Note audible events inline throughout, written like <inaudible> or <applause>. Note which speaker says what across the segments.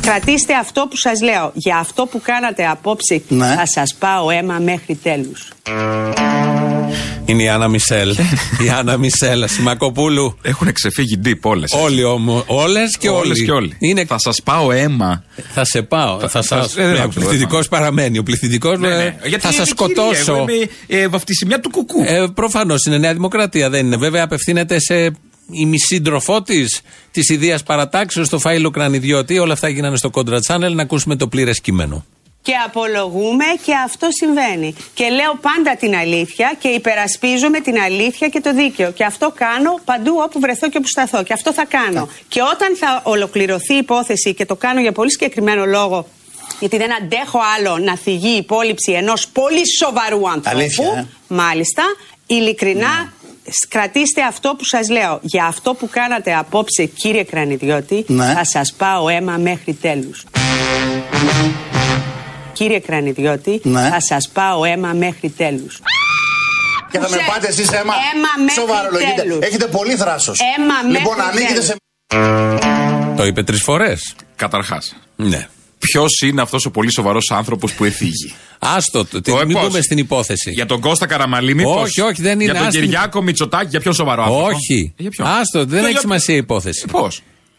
Speaker 1: Κρατήστε αυτό που σας λέω. Για αυτό που κάνατε απόψε
Speaker 2: Ναι.
Speaker 1: θα σας πάω αίμα μέχρι τέλους.
Speaker 3: Είναι η Άννα Μισελ. η Άννα Μισελ, Σιμακοπούλου.
Speaker 4: Έχουν ξεφύγει deep όλες.
Speaker 3: Όλοι όμως. Όλες και όλοι.
Speaker 4: Όλες και όλοι.
Speaker 3: Είναι...
Speaker 4: Θα σας πάω αίμα.
Speaker 3: Θα σε πάω. Θα,
Speaker 4: θα-
Speaker 3: σας...
Speaker 4: ε, δεν Ναι,
Speaker 3: ναι, ο
Speaker 4: άκουσα,
Speaker 3: πληθυντικός παραμένει. Ο πληθυντικός Ε, ναι,
Speaker 4: Ε,
Speaker 3: θα σα σκοτώσω.
Speaker 4: Είμαι ε, βαφτισιμιά του κουκού.
Speaker 3: Ε, Προφανώς είναι Νέα Δημοκρατία, δεν είναι. Βέβαια, απευθύνεται σε ημισύντροφό της της ιδίας παρατάξεως, το φάιλο κρανιδιώτη. Όλα αυτά γίνανε στο Contra Channel. Να ακούσουμε το πλήρες κείμενο.
Speaker 1: Και απολογούμε και αυτό συμβαίνει. Και λέω πάντα την αλήθεια και υπερασπίζομαι την αλήθεια και το δίκαιο. Και αυτό κάνω παντού όπου βρεθώ και όπου σταθώ. Και αυτό θα κάνω. Και όταν θα ολοκληρωθεί η υπόθεση και το κάνω για πολύ συγκεκριμένο λόγο, γιατί δεν αντέχω άλλο να θυγεί η υπόλοιψη ενός πολύ σοβαρού ανθρώπου.
Speaker 2: Αλήθεια, ε.
Speaker 1: Μάλιστα, ειλικρινά, σ- κρατήστε αυτό που σας λέω. Για αυτό που κάνατε απόψε, κύριε Κρανιδιώτη,
Speaker 2: Ναι.
Speaker 1: θα σας πάω αίμα μέχρι τέλους. Κύριε Κρανιδιώτη,
Speaker 2: Ναι.
Speaker 1: θα σας πάω αίμα μέχρι τέλους.
Speaker 2: Και θα με
Speaker 1: Ξέρεις,
Speaker 2: πάτε εσείς αίμα.
Speaker 1: αίμα μέχρι
Speaker 2: Σοβαρολογείτε.
Speaker 1: τέλους.
Speaker 2: Έχετε πολύ θράσος.
Speaker 1: Αίμα μέχρι
Speaker 2: Λοιπόν, ανήκετε
Speaker 1: τέλους.
Speaker 2: σε.
Speaker 3: Το είπε τρεις φορές.
Speaker 4: Καταρχάς,
Speaker 3: Ναι.
Speaker 4: ποιος είναι αυτός ο πολύ σοβαρός άνθρωπος που εφήγει.
Speaker 3: Άστο, το,
Speaker 4: Ο, ε,
Speaker 3: μην
Speaker 4: πώς?
Speaker 3: δούμε στην υπόθεση.
Speaker 4: Για τον Κώστα Καραμαλή, μήπως.
Speaker 3: Όχι, όχι, δεν είναι,
Speaker 4: Για τον
Speaker 3: άστην-
Speaker 4: Κυριάκο Μητσοτάκη, για ποιον σοβαρό άνθρωπο.
Speaker 3: Όχι.
Speaker 4: Για ποιον.
Speaker 3: Άστο, δεν
Speaker 4: Για-
Speaker 3: έχει
Speaker 4: για-
Speaker 3: σημασία η υπόθεση.
Speaker 4: Πώ.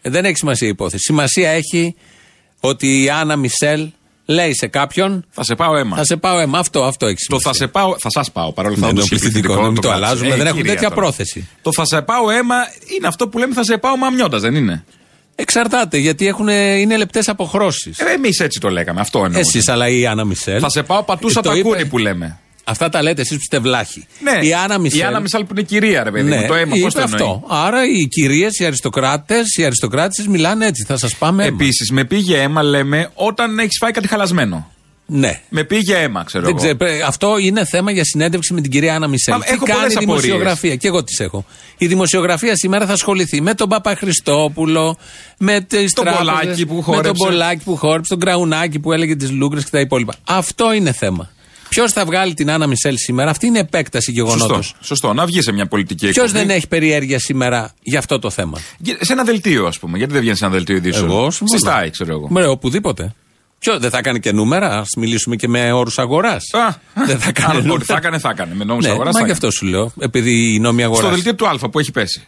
Speaker 3: Ε, Δεν έχει σημασία η υπόθεση. Σημασία έχει ότι η Άννα Μισελ λέει σε κάποιον.
Speaker 4: Θα σε πάω αίμα.
Speaker 3: Θα σε πάω εμά. Αυτό, αυτό έχει
Speaker 4: Το
Speaker 3: σημασία.
Speaker 4: θα σε πάω, θα σας πάω παρόλο που
Speaker 3: Ναι,
Speaker 4: θα
Speaker 3: είναι
Speaker 4: όντως
Speaker 3: πληθυντικό,
Speaker 4: πληθυντικό,
Speaker 3: μην
Speaker 4: να
Speaker 3: το
Speaker 4: αλλάξουμε.
Speaker 3: αλλάζουμε, δεν έχουμε
Speaker 4: κύριε,
Speaker 3: τέτοια
Speaker 4: Ε, τώρα.
Speaker 3: πρόθεση.
Speaker 4: Το θα σε πάω αίμα είναι αυτό που λέμε θα σε πάω μαμιώντας, δεν είναι.
Speaker 3: Εξαρτάται γιατί έχουν, είναι λεπτές αποχρώσεις.
Speaker 4: Εμείς έτσι το λέγαμε, αυτό εννοώ.
Speaker 3: Εσείς, αλλά η Άννα Μισελ.
Speaker 4: Ε, Θα σε πάω πατούσα
Speaker 3: Ε, το
Speaker 4: τα
Speaker 3: είπε- Ναι.
Speaker 4: κούνη που λέμε.
Speaker 3: Αυτά τα λέτε εσείς που είστε βλάχοι. Η Άννα Μισελ. Ναι.
Speaker 4: Η Άννα Μισελ που είναι κυρία, ρε παιδί μου. Το αίμα,
Speaker 3: είπε
Speaker 4: πώ το εννοεί.
Speaker 3: αυτό. Άρα οι κυρίες, οι αριστοκράτες, οι αριστοκράτησες μιλάνε έτσι. Θα σας πάμε. αίμα.
Speaker 4: Επίσης, με πήγε αίμα, λέμε, όταν έχεις φάει κάτι χαλασμένο.
Speaker 3: Ναι.
Speaker 4: Με πήγε αίμα, ξέρω
Speaker 3: Δεν
Speaker 4: εγώ.
Speaker 3: ξέρω, πρέ- αυτό είναι θέμα για συνέντευξη με την κυρία Άννα Μισελ.
Speaker 4: Μα,
Speaker 3: Τι
Speaker 4: έχω
Speaker 3: κάνει
Speaker 4: πολλές
Speaker 3: η
Speaker 4: απορίες.
Speaker 3: δημοσιογραφία, και εγώ τις έχω. Η δημοσιογραφία σήμερα θα ασχοληθεί με τον Παπα Χριστόπουλο, με τις
Speaker 4: Τον
Speaker 3: τράπεζες,
Speaker 4: Πολάκη που
Speaker 3: με
Speaker 4: χόρεψε.
Speaker 3: τον Πολάκη που χόρεψε, τον Κραουνάκη που έλεγε τις Λούγκρες και τα υπόλοιπα. Αυτό είναι θέμα. Ποιος θα βγάλει την Άννα Μισελ σήμερα, αυτή είναι επέκταση γεγονότος.
Speaker 4: Σωστό, σωστό. Να βγει σε μια πολιτική
Speaker 3: Ποιος
Speaker 4: εκπομπή.
Speaker 3: δεν έχει περιέργεια σήμερα για αυτό το θέμα.
Speaker 4: Γε- Σε ένα δελτίο, ας πούμε. Γιατί δεν βγαίνει σε ένα δελτίο ειδήσεων. Στη
Speaker 3: συμφωνώ.
Speaker 4: ΣΤΑΙ, ξέρω εγώ.
Speaker 3: Μωρέ, οπουδήποτε. Ποιο, δεν θα κάνει και νούμερα, ας μιλήσουμε και με όρους αγοράς.
Speaker 4: Α,
Speaker 3: Δεν θα κάνει.
Speaker 4: αν
Speaker 3: νούμερα.
Speaker 4: μπορεί, θα έκανε, θα έκανε. Με νόμους
Speaker 3: ναι,
Speaker 4: αγοράς
Speaker 3: Μα
Speaker 4: θα
Speaker 3: γι'
Speaker 4: έκανε.
Speaker 3: αυτό σου λέω. Επειδή οι νόμοι αγοράς.
Speaker 4: Στο δελτίο του Α που έχει πέσει.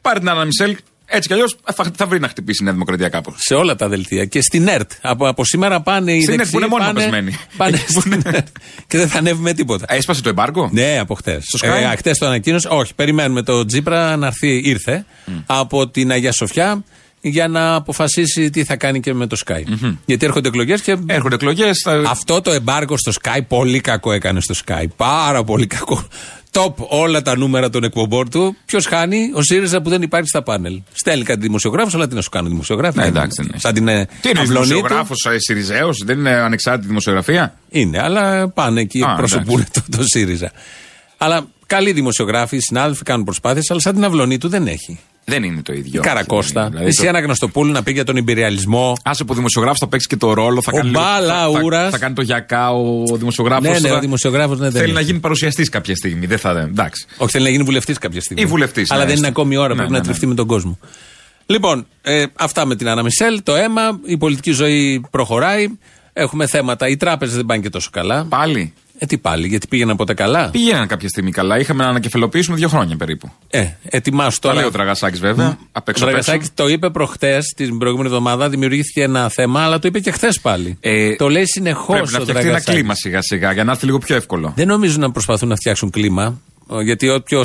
Speaker 4: Πάρε την Άννα Μισελ, έτσι κι αλλιώς θα, θα βρει να χτυπήσει η Νέα Δημοκρατία κάπως.
Speaker 3: Σε όλα τα δελτία. Και στην ΕΡΤ. Από, από σήμερα πάνε οι
Speaker 4: Στην
Speaker 3: δεξιοί.
Speaker 4: ΕΡΤ που είναι μόνο
Speaker 3: πάνε,
Speaker 4: πεσμένοι.
Speaker 3: Πάνε
Speaker 4: Εκεί που
Speaker 3: στην
Speaker 4: είναι.
Speaker 3: ΕΡΤ. Και δεν θα ανέβουμε τίποτα.
Speaker 4: Έσπασε το εμπάργκο.
Speaker 3: Ναι, από χτες.
Speaker 4: Στο Sky?
Speaker 3: χτες το ανακοίνωσε. Όχι, περιμένουμε το Τζίπρα να έρθει. Ήρθε από την Αγία Σοφιά για να αποφασίσει τι θα κάνει και με το Sky. Γιατί έρχονται εκλογές και.
Speaker 4: Έρχονται εκλογές. Θα...
Speaker 3: Αυτό το εμπάργκο στο Sky πολύ κακό έκανε στο Sky. Πάρα πολύ κακό. Top όλα τα νούμερα των εκπομπών του. Ποιος χάνει, ο ΣΥΡΙΖΑ που δεν υπάρχει στα πάνελ. Στέλνει κάτι δημοσιογράφους, αλλά τι να σου κάνω δημοσιογράφοι.
Speaker 4: Ναι, εντάξει, ναι.
Speaker 3: Σαν την ε,
Speaker 4: Τι είναι,
Speaker 3: αυλωνή του.
Speaker 4: δημοσιογράφος
Speaker 3: ε,
Speaker 4: Σιριζέο, δεν είναι ανεξάρτητη δημοσιογραφία.
Speaker 3: Είναι, αλλά πάνε εκεί,
Speaker 4: Α,
Speaker 3: εκπροσωπούν το, το ΣΥΡΙΖΑ. Αλλά καλοί δημοσιογράφοι, συνάδελφοι κάνουν προσπάθειες, αλλά σαν την αυλωνή του δεν έχει.
Speaker 4: Δεν είναι το ίδιο.
Speaker 3: Καρακώστα.
Speaker 4: Δηλαδή,
Speaker 3: Εσύ
Speaker 4: το-
Speaker 3: Αναγνωστοπούλου να πει για τον υπεριαλισμό.
Speaker 4: Άσε που ο δημοσιογράφος θα παίξει και το ρόλο, θα
Speaker 3: Ο
Speaker 4: κάνει. λίγο- θα-
Speaker 3: Μπαλαούρας.
Speaker 4: Θα, θα κάνει το γιακά ο δημοσιογράφος.
Speaker 3: Ναι, ναι, ο δημοσιογράφο δεν
Speaker 4: Θέλει
Speaker 3: έχει.
Speaker 4: να γίνει παρουσιαστής κάποια στιγμή. Δεν θα. Εντάξει.
Speaker 3: Όχι, θέλει να γίνει βουλευτής κάποια στιγμή.
Speaker 4: Ή βουλευτής,
Speaker 3: Αλλά
Speaker 4: ναι,
Speaker 3: δεν είναι
Speaker 4: έστω.
Speaker 3: ακόμη η ώρα,
Speaker 4: Ναι,
Speaker 3: πρέπει
Speaker 4: ναι,
Speaker 3: να
Speaker 4: ναι.
Speaker 3: τριφτεί με τον κόσμο. Λοιπόν, ε, αυτά με την Άννα Μισελ, το αίμα, η πολιτική ζωή προχωράει. Έχουμε θέματα. Οι τράπεζε δεν πάνε και τόσο καλά.
Speaker 4: Πάλι.
Speaker 3: Ε, τι πάλι, γιατί πήγαιναν από τα καλά.
Speaker 4: Πήγαιναν κάποια στιγμή καλά. Είχαμε να ανακεφαλοποιήσουμε δύο χρόνια περίπου.
Speaker 3: Ε, ετοιμάσου
Speaker 4: Το
Speaker 3: τώρα.
Speaker 4: λέει ο Τραγασάκη βέβαια. Απ' έξω,
Speaker 3: Ο
Speaker 4: απ' έξω.
Speaker 3: Δραγασάκη το είπε προχτές, την προηγούμενη εβδομάδα, δημιουργήθηκε ένα θέμα, αλλά το είπε και χθες πάλι.
Speaker 4: Ε,
Speaker 3: το λέει συνεχώς
Speaker 4: Πρέπει να
Speaker 3: ο
Speaker 4: φτιαχτεί ένα
Speaker 3: Δραγασάκης.
Speaker 4: κλίμα σιγά σιγά για να έρθει λίγο πιο εύκολο.
Speaker 3: Δεν νομίζω να προσπαθούν να φτιάξουν κλίμα. ε, Γιατί όποιος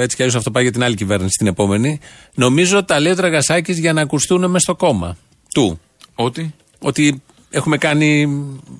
Speaker 3: έτσι κι αλλιώς αυτό πάει για την άλλη κυβέρνηση, την επόμενη. Νομίζω τα λέει ο Δραγασάκης για να ακουστούν μες στο κόμμα του.
Speaker 4: Ότι.
Speaker 3: Ότι έχουμε κάνει.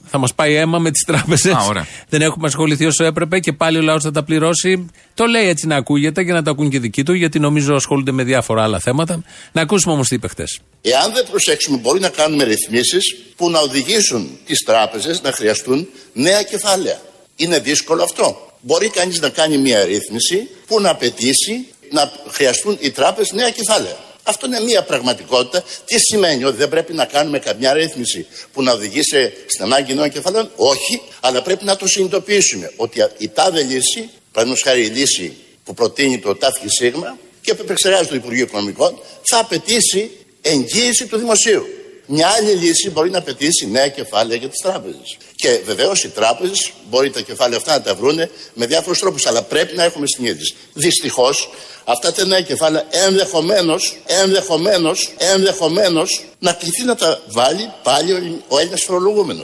Speaker 3: θα μας πάει αίμα με τις τράπεζες.
Speaker 4: Α, ωραία.
Speaker 3: Δεν έχουμε ασχοληθεί όσο έπρεπε και πάλι ο λαός θα τα πληρώσει. Το λέει έτσι να ακούγεται και να τα ακούν και δικοί του, γιατί νομίζω ασχολούνται με διάφορα άλλα θέματα. Να ακούσουμε όμως τι είπε χτες.
Speaker 5: Εάν δεν προσέξουμε, μπορεί να κάνουμε ρυθμίσεις που να οδηγήσουν τις τράπεζες να χρειαστούν νέα κεφάλαια. Είναι δύσκολο αυτό. Μπορεί κανείς να κάνει μια ρύθμιση που να απαιτήσει να χρειαστούν οι τράπεζες νέα κεφάλαια. Αυτό είναι μια πραγματικότητα. Τι σημαίνει ότι δεν πρέπει να κάνουμε καμιά ρύθμιση που να οδηγεί σε, στην ανάγκη νέων κεφαλαίων. Όχι, αλλά πρέπει να το συνειδητοποιήσουμε ότι η τάδε λύση, παραδείγματος χάρη η λύση που προτείνει το ΤΑΦΚΙ ΣΥΓΜΑ και που επεξεργάζεται το Υπουργείο Οικονομικών, θα απαιτήσει εγγύηση του δημοσίου. Μια άλλη λύση μπορεί να απαιτήσει νέα κεφάλαια για τις τράπεζες. Και βεβαίως οι τράπεζες μπορεί τα κεφάλαια αυτά να τα βρούνε με διάφορους τρόπους, αλλά πρέπει να έχουμε συνείδηση. Δυστυχώς, αυτά τα νέα κεφάλαια ενδεχομένως, ενδεχομένως, ενδεχομένως να κληθεί να τα βάλει πάλι ο- ο Έλληνας φορολογούμενο.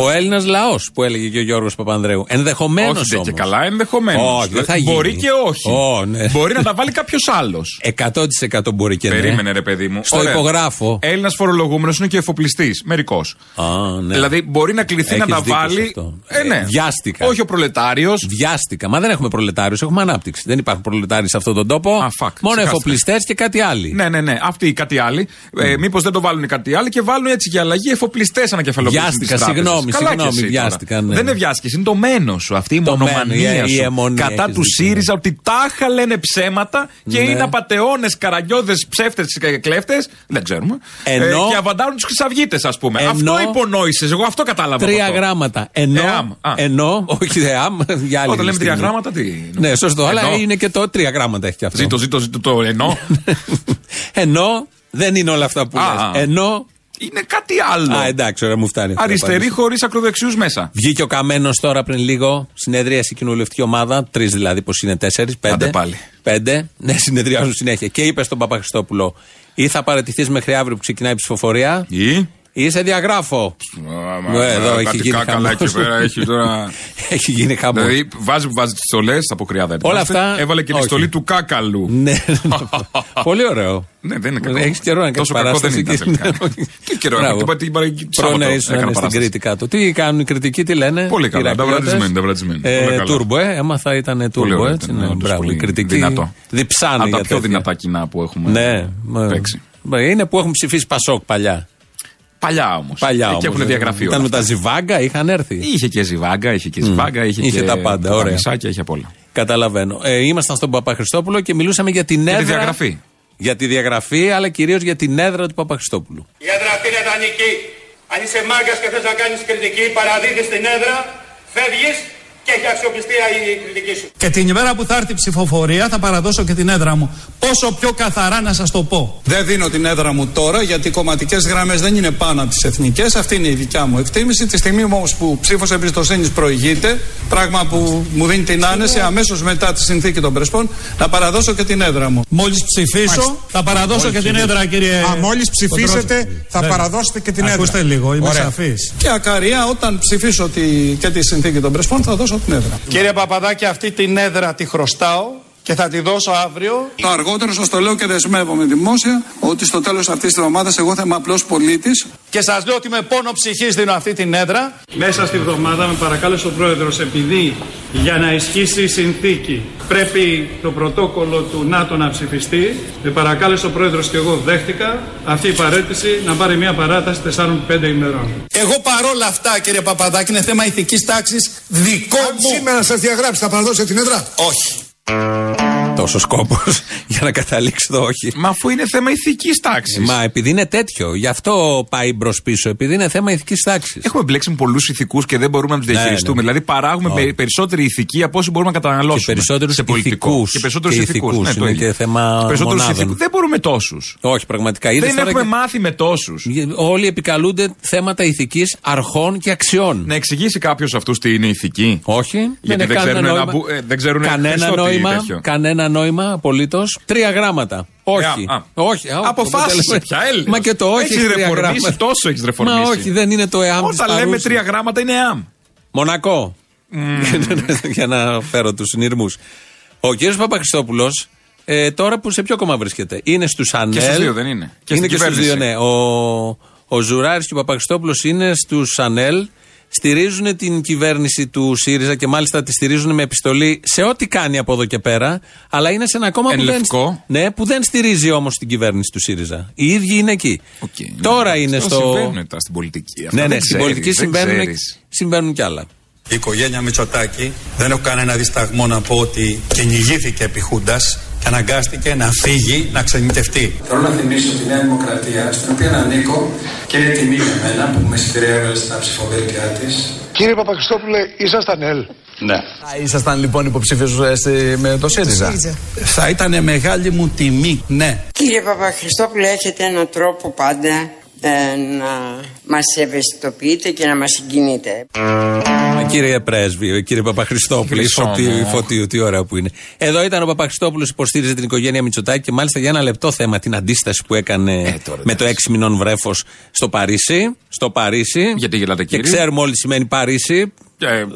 Speaker 3: Ο Έλληνας λαός που έλεγε και ο Γιώργος Παπανδρέου. Ενδεχομένως
Speaker 4: Όχι, δεν
Speaker 3: όμω.
Speaker 4: και καλά, ενδεχομένως.
Speaker 3: Όχι, δεν θα γίνει.
Speaker 4: Μπορεί και όχι.
Speaker 3: Ω, ναι.
Speaker 4: Μπορεί να τα βάλει κάποιος άλλος.
Speaker 3: 100% μπορεί και
Speaker 4: Περίμενε,
Speaker 3: ναι.
Speaker 4: ρε παιδί μου.
Speaker 3: Στο υπογράφω.
Speaker 4: Έλληνας φορολογούμενος είναι και εφοπλιστής. Μερικός.
Speaker 3: Α, ναι.
Speaker 4: Δηλαδή μπορεί να κληθεί
Speaker 3: Έχεις
Speaker 4: να τα
Speaker 3: δίκιο σε
Speaker 4: βάλει.
Speaker 3: αυτό.
Speaker 4: Ε, ναι.
Speaker 3: Ε, βιάστηκα.
Speaker 4: Όχι ο προλετάριος.
Speaker 3: Βιάστηκα. Μα δεν έχουμε προλετάριους, έχουμε ανάπτυξη. Δεν υπάρχουν προλετάριοι σε αυτόν τον τόπο.
Speaker 4: Α, fuck.
Speaker 3: Μόνο
Speaker 4: Ξεχάστηκα.
Speaker 3: εφοπλιστές και κάτι άλλοι.
Speaker 4: Ναι, ναι, ναι. Αυτοί οι κάτι άλλοι. Ε,
Speaker 3: Mm.
Speaker 4: Μήπως δεν το βάλουν οι κάτι άλλοι και βάλουν έτσι για αλλαγή εφοπλιστές ανακεφαλαιοποιήσει.
Speaker 3: Βιάστηκα, συγγνώμη, συγγνώμη, βιάστηκα, ναι.
Speaker 4: Δεν είναι βιάστηκε, είναι το μένος σου. Αυτή η
Speaker 3: Το μένο,
Speaker 4: μονομανία
Speaker 3: η- η
Speaker 4: σου.
Speaker 3: αιμονία
Speaker 4: κατά
Speaker 3: έχεις
Speaker 4: του
Speaker 3: δίκιο,
Speaker 4: ΣΥΡΙΖΑ ότι τάχα λένε ψέματα και
Speaker 3: Ναι.
Speaker 4: είναι απαταιώνες, καραγκιόδε, ψεύτες και κλέφτες. Δεν ξέρουμε.
Speaker 3: Ενώ-
Speaker 4: Ε, και απαντάρουν τους χρυσαυγίτες, ας πούμε.
Speaker 3: Ενώ-
Speaker 4: Αυτό υπονόησες. Εγώ αυτό κατάλαβα. από
Speaker 3: Τρία
Speaker 4: αυτό.
Speaker 3: γράμματα. Ενώ.
Speaker 4: Εάμ, α.
Speaker 3: ενώ όχι, εάμ, για άλλη
Speaker 4: Όταν λέμε τρία
Speaker 3: στιγμή.
Speaker 4: γράμματα, τι. εννοούμε.
Speaker 3: Ναι, σωστό, αλλά
Speaker 4: Ενώ-
Speaker 3: είναι και το τρία γράμματα έχει και αυτό.
Speaker 4: Ζήτω, ζήτω, ζήτω το ενώ.
Speaker 3: <laughs> Ενώ δεν είναι όλα αυτά που
Speaker 4: Α,
Speaker 3: λες.
Speaker 4: α.
Speaker 3: Ενώ.
Speaker 4: είναι κάτι άλλο.
Speaker 3: Α, εντάξει, ωραία, μου φτάνει. αυτή η
Speaker 4: Αριστερή
Speaker 3: απάντηση.
Speaker 4: χωρίς ακροδεξιούς μέσα.
Speaker 3: Βγήκε ο Καμένος τώρα πριν λίγο, συνεδρίασε η κοινοβουλευτική ομάδα. Τρεις δηλαδή, πως είναι τέσσερις, πέντε.
Speaker 4: Άντε πάλι.
Speaker 3: Πέντε. Ναι, συνεδριάζουν συνέχεια. Και είπε στον Παπαχριστόπουλο, ή θα παρατηθεί μέχρι αύριο που ξεκινάει η ψηφοφορία,
Speaker 4: Ή.
Speaker 3: ή σε διαγράφω.
Speaker 4: μα,
Speaker 3: Ε, εδώ
Speaker 4: κάτι
Speaker 3: έχει γίνει
Speaker 4: κάκαλα
Speaker 3: χαμός.
Speaker 4: εκεί πέρα, έχει τώρα-
Speaker 3: <laughs> Έχει γίνει χαμός.
Speaker 4: Δηλαδή, βάζει που βάζει τι στολέ, τα αποκριά δεν
Speaker 3: Όλα
Speaker 4: είμαστε.
Speaker 3: αυτά-
Speaker 4: Έβαλε και τη
Speaker 3: όχι.
Speaker 4: στολή του κάκαλου.
Speaker 3: Ναι. Πολύ ωραίο.
Speaker 4: Ναι, δεν είναι κακό.
Speaker 3: Έχεις καιρό να Ναι, κάνεις
Speaker 4: Τόσο κακό δεν ήταν τελικά. Τι καιρό, την πα- την παρα- Σάββατο
Speaker 3: Πρόνοια ήσουν ναι,
Speaker 4: έκανα
Speaker 3: στην
Speaker 4: παράσταση.
Speaker 3: Κρήτη κάτω. Τι κάνουν οι κριτικοί, τι λένε.
Speaker 4: Πολύ καλά,
Speaker 3: οι
Speaker 4: τα
Speaker 3: Ηρακλειώτες.
Speaker 4: βραδισμένοι, τα βραδισμένοι. Όλα
Speaker 3: Ε,
Speaker 4: καλά.
Speaker 3: τούρμπο, ε, έμαθα ήταν τούρμπο
Speaker 4: ωραίο
Speaker 3: έτσι.
Speaker 4: ήταν,
Speaker 3: ναι,
Speaker 4: όντως,
Speaker 3: Μπράβο,
Speaker 4: πολύ
Speaker 3: οι κριτικοί
Speaker 4: δυνατό.
Speaker 3: διψάνε
Speaker 4: Από
Speaker 3: για
Speaker 4: τα πιο
Speaker 3: τέτοια.
Speaker 4: δυνατά κοινά που έχουμε
Speaker 3: Ναι, μα-
Speaker 4: παίξει.
Speaker 3: μα Είναι που έχουν ψηφίσει Πασόκ παλιά.
Speaker 4: Παλιά όμως.
Speaker 3: Παλιά όμως. ε, ναι.
Speaker 4: Και έχουν διαγραφεί όλα.
Speaker 3: Ήταν με τα Ζιβάγκα, είχαν έρθει.
Speaker 4: Είχε και ζιβάγκα, είχε και ζιβάγκα, είχε,
Speaker 3: Είχε
Speaker 4: και
Speaker 3: τα πάντα, ωραία.
Speaker 4: μισάκια, είχε απ' όλα.
Speaker 3: Καταλαβαίνω. Ε, ήμασταν στον Παπαχριστόπουλο και μιλούσαμε για την
Speaker 4: τη
Speaker 3: έδρα.
Speaker 4: διαγραφή.
Speaker 3: Για τη διαγραφή, αλλά κυρίως για την έδρα του Παπαχριστόπουλου.
Speaker 6: Η έδρα αυτή είναι δανεική. Αν είσαι μάγκας και θες να κάνεις κριτική, παραδίδεις την έδρα, φεύγεις και έχει αξιοπιστία η κριτική σου.
Speaker 7: Και την ημέρα που θα έρθει η ψηφοφορία θα παραδώσω και την έδρα μου. Πόσο πιο καθαρά να σας το πω. Δεν δίνω την έδρα μου τώρα γιατί οι κομματικές γραμμές δεν είναι πάνω από τις εθνικές. Αυτή είναι η δικιά μου εκτίμηση. Τη στιγμή όμως που ψήφος εμπιστοσύνης προηγείται, πράγμα που μου δίνει την άνεση αμέσως μετά τη συνθήκη των Πρεσπών, να παραδώσω και την έδρα μου. Μόλις ψηφίσω θα παραδώσω και την έδρα κύριε
Speaker 8: Α, μόλις ψηφίσετε,
Speaker 7: Κοντρότη.
Speaker 8: θα
Speaker 7: Ναι.
Speaker 8: παραδώσετε και την έδρα.
Speaker 7: Ακούστε λίγο, είμαι
Speaker 8: Ωραία.
Speaker 7: σαφής. Και ακαριά όταν ψηφίσω τη, και τη συνθήκη των Πρεσπών θα δώσω την έδρα.
Speaker 8: Κύριε Παπαδάκη, αυτή την έδρα τη χρωστάω και θα τη δώσω αύριο.
Speaker 7: Το αργότερο σας το λέω και δεσμεύομαι δημόσια ότι στο τέλος αυτής της εβδομάδας εγώ θα είμαι απλός πολίτης.
Speaker 8: Και σας λέω ότι με πόνο ψυχής δίνω αυτή την έδρα.
Speaker 9: Μέσα στη βδομάδα με παρακάλεσε ο πρόεδρος επειδή για να ισχύσει η συνθήκη πρέπει το πρωτόκολλο του ΝΑΤΟ να ψηφιστεί. Με παρακάλεσε ο πρόεδρος και εγώ δέχτηκα αυτή η παρέτηση να πάρει μια παράταση 4-5 ημερών.
Speaker 7: Εγώ παρόλα αυτά, κύριε Παπαδάκη, είναι θέμα ηθικής τάξης δικό μου.
Speaker 8: Σήμερα σας διαγράψει, θα παραδώσετε την έδρα.
Speaker 7: Όχι.
Speaker 3: Τόσος κόπος <laughs> για να καταλήξει το όχι.
Speaker 4: Μα αφού είναι θέμα ηθικής τάξης.
Speaker 3: Μα επειδή είναι τέτοιο, γι' αυτό πάει μπρος πίσω, επειδή είναι θέμα ηθικής τάξης.
Speaker 4: Έχουμε μπλέξει με πολλούς ηθικούς και δεν μπορούμε να τους διαχειριστούμε.
Speaker 3: ναι.
Speaker 4: Δηλαδή, παράγουμε
Speaker 3: Όχι.
Speaker 4: περι- περισσότερη ηθική από όσοι μπορούμε να καταναλώσουμε.
Speaker 3: Και περισσότερους
Speaker 4: σε πολιτικό.
Speaker 3: ηθικούς.
Speaker 4: Και Ναι, περισσότερους
Speaker 3: Και
Speaker 4: ηθικούς.
Speaker 3: ηθικούς. Είναι και θέμα μονάδων.
Speaker 4: Δεν μπορούμε τόσους.
Speaker 3: Όχι, πραγματικά. Είδες
Speaker 4: Δεν
Speaker 3: τώρα
Speaker 4: έχουμε
Speaker 3: και-
Speaker 4: μάθει με τόσους.
Speaker 3: Όλοι επικαλούνται θέματα ηθικής αρχών και αξιών.
Speaker 4: Να εξηγήσει κάποιος αυτούς τι είναι ηθική.
Speaker 3: Όχι,
Speaker 4: Ναι. Γιατί
Speaker 3: έχει
Speaker 4: δεν
Speaker 3: κανένα
Speaker 4: ξέρουν να
Speaker 3: νόημα.
Speaker 4: μπου- ε, δεν ξέρουν
Speaker 3: κανένα
Speaker 4: Χριστό τι
Speaker 3: νόημα.
Speaker 4: τέτοιο.
Speaker 3: Κανένα νόημα, απολύτως. Τρία γράμματα. Όχι.
Speaker 4: Ε, α.
Speaker 3: όχι α,
Speaker 4: Αποφάσισε
Speaker 3: αποτέλεσμα.
Speaker 4: πια, έλεγε.
Speaker 3: Μα και το όχι.
Speaker 4: Έχεις
Speaker 3: έχει τρία
Speaker 4: ρεφορμήσει,
Speaker 3: γράμματα.
Speaker 4: τόσο έχεις ρεφορμήσει.
Speaker 3: Μα όχι, δεν είναι το εάμ. της
Speaker 4: Όταν λέμε
Speaker 3: παρούσης.
Speaker 4: τρία γράμματα είναι αμ.
Speaker 3: Μονακό. <laughs> Για να φέρω τους συνειρμούς. Ο κύριος Παπαχριστόπουλος, ε, τώρα που σε ποιο κόμμα βρίσκεται, είναι στους Ανέλ.
Speaker 4: στους δύο δεν είναι. Και
Speaker 3: είναι
Speaker 4: στην
Speaker 3: και στους δύο,
Speaker 4: κυβέρνηση.
Speaker 3: ναι. Ο, ο Ζουράρη και ο Παπαχριστόπουλος είναι στους Ανέλ. Στηρίζουν την κυβέρνηση του ΣΥΡΙΖΑ και μάλιστα τη στηρίζουν με επιστολή σε ό,τι κάνει από εδώ και πέρα. Αλλά είναι σε ένα κόμμα
Speaker 4: Εν
Speaker 3: που δεν,
Speaker 4: λευκό.
Speaker 3: ναι, που δεν στηρίζει όμως την κυβέρνηση του ΣΥΡΙΖΑ. Οι ίδιοι είναι εκεί.
Speaker 4: Οκ, ναι,
Speaker 3: τώρα
Speaker 4: εντάξει,
Speaker 3: είναι
Speaker 4: αυτά
Speaker 3: στο.
Speaker 4: Συμβαίνουν τα στην πολιτική. Αυτά
Speaker 3: Ναι, ναι,
Speaker 4: δεν
Speaker 3: στην
Speaker 4: ξέρεις,
Speaker 3: πολιτική
Speaker 4: δεν
Speaker 3: συμβαίνουν,
Speaker 4: ξέρεις.
Speaker 3: συμβαίνουν κι άλλα.
Speaker 7: Η οικογένεια Μητσοτάκη δεν έχω κανένα δισταγμό να πω ότι κυνηγήθηκε επί Χούντας και αναγκάστηκε να φύγει, να ξενιτευτεί. Θέλω να θυμίσω τη Νέα Δημοκρατία, στην οποία ανήκω και είναι τιμή για μένα που με συνδρέαβε στα ψηφοδέλτια της.
Speaker 10: Κύριε Παπαχριστόπουλε, ήσασταν ελ.
Speaker 5: Ναι.
Speaker 7: Ήσασταν λοιπόν υποψήφιος με το ΣΥΡΙΖΑ. Θα ήταν μεγάλη μου τιμή, ναι.
Speaker 11: Κύριε Παπαχριστόπουλε, έχετε έναν τρόπο πάντα ε, να μας ευαισθητοποιείτε και να μας συγκινείτε.
Speaker 3: Μα κύριε Πρέσβη, κύριε Παπαχριστόπουλο,
Speaker 4: Χρυσό ναι.
Speaker 3: φωτίου,
Speaker 4: μου.
Speaker 3: φωτίου, τι ωραία που είναι. Εδώ ήταν ο Παπαχριστόπουλος, υποστήριζε την οικογένεια Μητσοτάκη και μάλιστα για ένα λεπτό θέμα την αντίσταση που
Speaker 4: Ε,
Speaker 3: έκανε με το 6 μηνών βρέφος στο Παρίσι. Στο Παρίσι. Γιατί
Speaker 4: γελάτε,
Speaker 3: Και
Speaker 4: κύριε? Ε,
Speaker 3: ξέρουμε όλοι τι σημαίνει Παρίσι.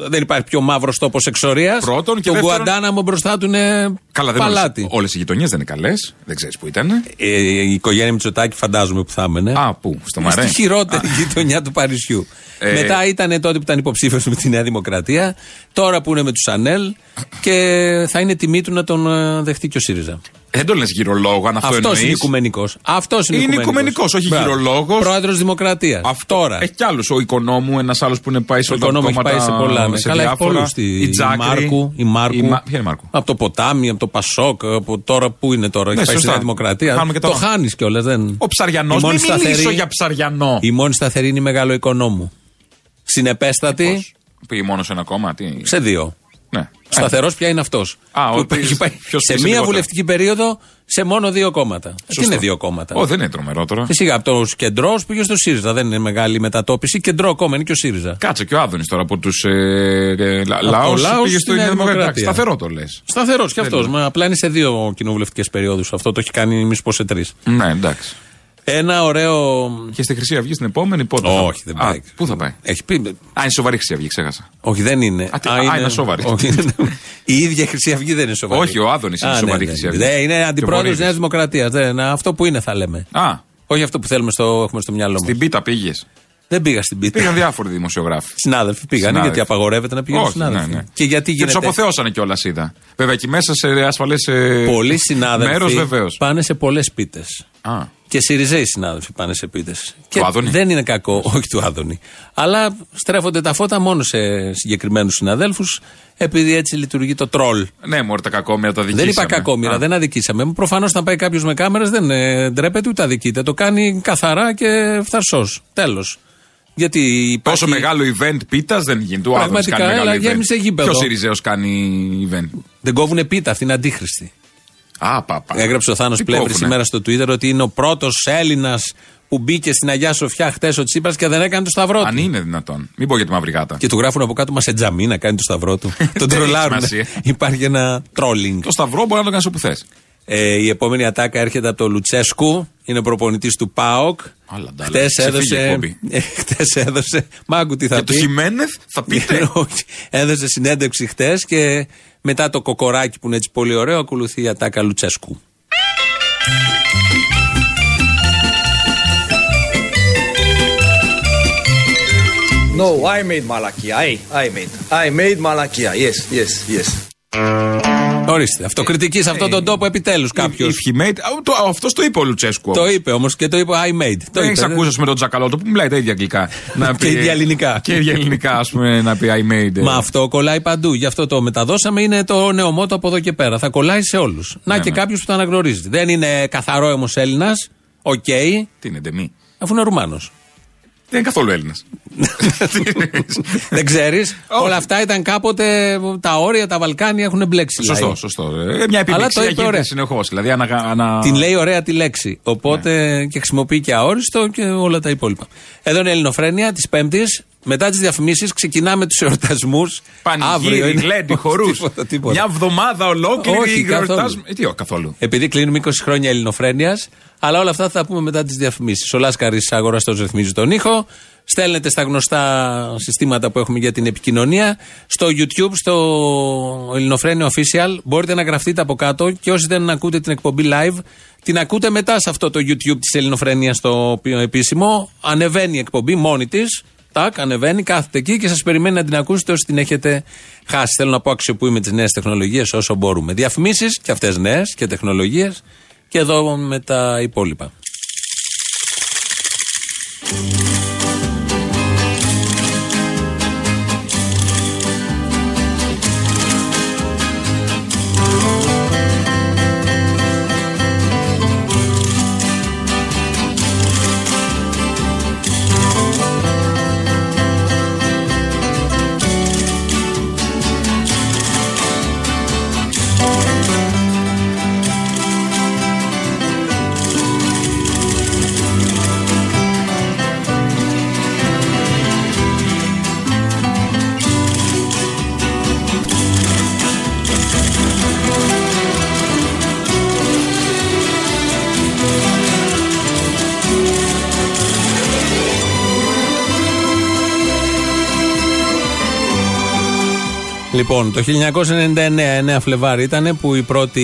Speaker 3: δεν υπάρχει πιο μαύρος τόπος εξορίας.
Speaker 4: Πρώτον και
Speaker 3: Το
Speaker 4: δεύτερον-
Speaker 3: Γκουαντάναμο μπροστά του είναι
Speaker 4: Καλά, δεν
Speaker 3: παλάτι.
Speaker 4: Όλες οι γειτονιές δεν είναι καλές. Δεν ξέρεις που ήταν.
Speaker 3: Ε, η οικογένεια Μητσοτάκη φαντάζομαι που θα έμενε.
Speaker 4: Α, πού, στο Μαρέ.
Speaker 3: Στη χειρότερη γειτονιά του Παρισιού.
Speaker 4: Ε,
Speaker 3: Μετά ήταν τότε που ήταν υποψήφιος με τη Νέα Δημοκρατία. Τώρα που είναι με τους Σανέλ. Και θα είναι τιμή του να τον ε, δεχτεί και ο ΣΥΡΙΖΑ.
Speaker 4: Ε, Δεν το λες γυρολόγο, αν αυτό
Speaker 3: Αυτός είναι
Speaker 4: εννοείς.
Speaker 3: οικουμενικός. Αυτός είναι,
Speaker 4: Είναι οικουμενικός, όχι γυρολόγος.
Speaker 3: Πρόεδρος Δημοκρατίας. Αυτό. Τώρα.
Speaker 4: Έχει κι άλλους. Ο οικονόμου, ένας άλλος που είναι πάει σε
Speaker 3: Ο
Speaker 4: όλα τα
Speaker 3: οικονόμου έχει
Speaker 4: κόμματα.
Speaker 3: πάει σε πολλά. ναι.
Speaker 4: σε
Speaker 3: Καλά, έχει
Speaker 4: διάφορα.
Speaker 3: πολλούς. Η,
Speaker 4: Η Τζάκρη.
Speaker 3: Μάρκου. Η Μάρκου.
Speaker 4: Η Μα- Ποια είναι η Μάρκου.
Speaker 3: Από το ποτάμι, από το Πασόκ, από τώρα που είναι τώρα.
Speaker 4: Ναι,
Speaker 3: έχει πάει στη
Speaker 4: σωστά.
Speaker 3: Νέα Δημοκρατία.
Speaker 4: Χάνουμε και
Speaker 3: Το
Speaker 4: τώρα.
Speaker 3: χάνεις κιόλας. Δεν...
Speaker 4: Ο Ψαριανός.
Speaker 3: Η
Speaker 4: Μην
Speaker 3: μόνη
Speaker 4: μιλήσω
Speaker 3: σταθερή-
Speaker 4: για Ψαριανό.
Speaker 3: Η μόνη σταθερή είναι η μεγάλο οικονόμου. Συνεπέστατη.
Speaker 4: Πήγε μόνος σε ένα κόμμα. Τι...
Speaker 3: Σε δύο.
Speaker 4: Ναι.
Speaker 3: Σταθερός πια είναι αυτός.
Speaker 4: Α, ο οποίος- ποιος
Speaker 3: σε
Speaker 4: πήγε
Speaker 3: μία
Speaker 4: λιγότερο.
Speaker 3: βουλευτική περίοδο σε μόνο δύο κόμματα. Ε, Τι
Speaker 4: Σωστό.
Speaker 3: είναι δύο κόμματα.
Speaker 4: Ω, δεν είναι τρομερό τώρα.
Speaker 3: Και σιγά από το κεντρός πήγε στο ΣΥΡΙΖΑ. Δεν είναι μεγάλη μετατόπιση. Κεντρό ακόμα είναι και ο ΣΥΡΙΖΑ.
Speaker 4: Κάτσε και ο Άδωνης τώρα από τους ε,
Speaker 3: Από το Λάος
Speaker 4: Πήγε
Speaker 3: στη
Speaker 4: στο
Speaker 3: Νέα
Speaker 4: Νέα Δημοκρατία.
Speaker 3: Δημοκρατία.
Speaker 4: Σταθερό το λες.
Speaker 3: Σταθερός κι
Speaker 4: Δεν
Speaker 3: αυτός. Απλά είναι σε δύο κοινοβουλευτικές περιόδους. Αυτό το έχει κάνει μη σου πω σε τρεις.
Speaker 4: Ναι, εντάξει.
Speaker 3: Ένα ωραίο.
Speaker 4: Και στη Χρυσή Αυγή στην επόμενη πότε.
Speaker 3: Όχι,
Speaker 4: θα...
Speaker 3: δεν
Speaker 4: Α,
Speaker 3: πάει.
Speaker 4: Πού θα πάει.
Speaker 3: Έχει πει.
Speaker 4: Α, είναι σοβαρή Χρυσή Αυγή, ξέχασα.
Speaker 3: Όχι, δεν είναι.
Speaker 4: Α, τι- α, είναι σοβαρή.
Speaker 3: Όχι, είναι- η ίδια η Χρυσή Αυγή δεν είναι σοβαρή.
Speaker 4: Όχι, ο Άδωνης είναι
Speaker 3: Α, ναι,
Speaker 4: σοβαρή
Speaker 3: ναι,
Speaker 4: Χρυσή Αυγή.
Speaker 3: Ναι, είναι αντιπρόεδρο τη
Speaker 4: Βορύδης.
Speaker 3: Νέας Δημοκρατίας. Αυτό που είναι θα λέμε.
Speaker 4: Α,
Speaker 3: Όχι αυτό που θέλουμε στο, έχουμε στο μυαλό μας.
Speaker 4: στην Πίτα πήγες.
Speaker 3: Δεν πήγα στην πίτα.
Speaker 4: Πήγαν διάφοροι δημοσιογράφοι.
Speaker 3: Συνάδελφοι πήγανε
Speaker 4: Συνάδελφοι.
Speaker 3: γιατί απαγορεύεται να πηγαίνουν
Speaker 4: Όχι,
Speaker 3: συνάδελφοι.
Speaker 4: ναι, ναι.
Speaker 3: Και γιατί
Speaker 4: Και τους
Speaker 3: γίνεται.
Speaker 4: αποθεώσανε κιόλας, είδα. Βέβαια εκεί μέσα σε ε, ασφαλέ.
Speaker 3: Πολλοί συνάδελφοι
Speaker 4: Μέρος βεβαίως.
Speaker 3: πάνε σε πολλές πίτες.
Speaker 4: Α.
Speaker 3: Και Σιριζέοι συνάδελφοι πάνε σε πίτε. Και
Speaker 4: Άδωνη.
Speaker 3: δεν είναι κακό, <laughs> όχι του Άδωνη. Αλλά στρέφονται τα φώτα μόνο σε συγκεκριμένους συναδέλφους, επειδή έτσι λειτουργεί το τρόλ.
Speaker 4: Ναι, μωρέ τα κακόμοιρα τα δικήσαμε.
Speaker 3: Δεν είπα κακόμοιρα,
Speaker 4: Α.
Speaker 3: δεν αδικήσαμε. Προφανώς να πάει κάποιος με κάμερες δεν ε, ντρέπεται ούτε αδικείται. Το κάνει καθαρά και φθαρσός. Τέλος. Γιατί υπάρχει...
Speaker 4: Τόσο μεγάλο event πίτας δεν γίνεται. Ο Άδωνης
Speaker 3: Πραγματικά,
Speaker 4: κάνει μεγάλο
Speaker 3: έλα, γέμισε
Speaker 4: event.
Speaker 3: γήπεδο.
Speaker 4: Ποιος Ιριζέος κάνει event.
Speaker 3: Δεν κόβουνε πίτα, αυτή είναι αντίχρηστη.
Speaker 4: Α, παπα.
Speaker 3: Έγραψε ο Θάνος
Speaker 4: Τι
Speaker 3: Πλεύρη
Speaker 4: κόβουνε.
Speaker 3: σήμερα στο Twitter ότι είναι ο πρώτος Έλληνας που μπήκε στην Αγιά Σοφιά χτες ο Τσίπρας και δεν έκανε το σταυρό του.
Speaker 4: Αν είναι δυνατόν. Μην πω για τη μαύρη γάτα.
Speaker 3: Και του γράφουν από κάτω μα σε τζαμί να κάνει το
Speaker 4: <laughs>
Speaker 3: σταυρό του. Τον
Speaker 4: Δεν έχει
Speaker 3: τρολάρουν.
Speaker 4: σημασία.
Speaker 3: Υπάρχει ένα τρόλινγκ.
Speaker 4: Το σταυρό μπορεί να το κάνεις όπου θες.
Speaker 3: Ε, η επόμενη ατάκα έρχεται από τον Λουτσέσκου. Είναι προπονητής του ΠΑΟΚ.
Speaker 4: Άλλα, τα
Speaker 3: Χτε
Speaker 4: λέτε. Ξεφύγει η
Speaker 3: έδωσε. <laughs>
Speaker 4: εκπομπή.
Speaker 3: Χτες έδωσε. Μάγκου τι θα
Speaker 4: Για
Speaker 3: πει.
Speaker 4: του Χιμένεθ
Speaker 3: <laughs>
Speaker 4: θα πείτε.
Speaker 3: Όχι. έδωσε συνέντευξη χτες και μετά το κοκοράκι που είναι έτσι πολύ ωραίο ακολουθεί η ατάκα Λουτσέσκου.
Speaker 12: No, I made Malakia. I, I made. I made Malakia. Yes, yes, yes.
Speaker 3: Ορίστε. Αυτοκριτικής σε αυτόν
Speaker 4: Ε,
Speaker 3: τον τόπο επιτέλους κάποιος.
Speaker 4: If he made. Αυτός το είπε ο Λουτσέσκου.
Speaker 3: Το είπε όμως και το είπε I made. Το
Speaker 4: Δεν
Speaker 3: είπε, ε.
Speaker 4: έχει
Speaker 3: δεν-
Speaker 4: ακούσει ας πούμε, τον Τζακαλώτο που μιλάει τα ίδια
Speaker 3: <laughs>
Speaker 4: αγγλικά. να
Speaker 3: Ναι, Και ίδια ελληνικά.
Speaker 4: Και ίδια ελληνικά, ας πούμε, να πει I made.
Speaker 3: Μα αυτό κολλάει παντού. Γι' αυτό το μεταδώσαμε. Είναι το νέο μότο από εδώ και πέρα. Θα κολλάει σε όλους. Να και
Speaker 4: ναι.
Speaker 3: κάποιος που το αναγνωρίζει. Δεν είναι καθαρό όμως Έλληνας. Οκ.
Speaker 4: Τι είναι, Ντεμή.
Speaker 3: Αφού είναι Ρουμάνος.
Speaker 4: Δεν είναι καθόλου Έλληνα.
Speaker 3: <laughs> Δεν ξέρεις. Όλα αυτά ήταν κάποτε τα όρια, τα Βαλκάνια έχουν μπλέξει. λαοί.
Speaker 4: Σωστό, σωστό. Ε, Μια
Speaker 3: Αλλά
Speaker 4: επιλήψη
Speaker 3: το είπε
Speaker 4: γίνεται
Speaker 3: ωραία.
Speaker 4: συνεχώς. Δηλαδή, ανα, ανα...
Speaker 3: Την λέει ωραία τη λέξη. Οπότε
Speaker 4: Ναι.
Speaker 3: και χρησιμοποιεί και αόριστο και όλα τα υπόλοιπα. Εδώ είναι η Ελληνοφρένεια της Πέμπτης. Μετά τις διαφημίσεις ξεκινάμε τους εορτασμούς.
Speaker 4: Πανηγύρι,
Speaker 3: <laughs>
Speaker 4: γλέντι, χορούς.
Speaker 3: Τίποτα, τίποτα.
Speaker 4: Μια εβδομάδα
Speaker 3: Όχι,
Speaker 4: ολόκληρη
Speaker 3: καθόλου.
Speaker 4: γιορτάζουμε. Ε, Τι, ο, καθόλου.
Speaker 3: Επειδή κλείνουμε 20 χρόνια ελληνοφρένειας, αλλά όλα αυτά θα τα πούμε μετά τις διαφημίσεις. Ο Λάσκαρης Αγοραστός ρυθμίζει τον ήχο. Στέλνετε στα γνωστά συστήματα που έχουμε για την επικοινωνία. Στο YouTube, στο Ελληνοφρένιο Official, μπορείτε να γραφτείτε από κάτω και όσοι δεν ακούτε την εκπομπή live, την ακούτε μετά σε αυτό το YouTube της Ελληνοφρένειας το οποίο επίσημο. Ανεβαίνει η εκπομπή μόνη της. Τάκ, ανεβαίνει, κάθεται εκεί και σας περιμένει να την ακούσετε όσοι την έχετε χάσει. Θέλω να πω αξιοποιούμε τις νέες τεχνολογίες όσο μπορούμε. Διαφημίσεις και αυτές νέες και τεχνολογίες. Και εδώ με τα υπόλοιπα. Λοιπόν, το 1999, 9 Φλεβάρι ήταν που η πρώτη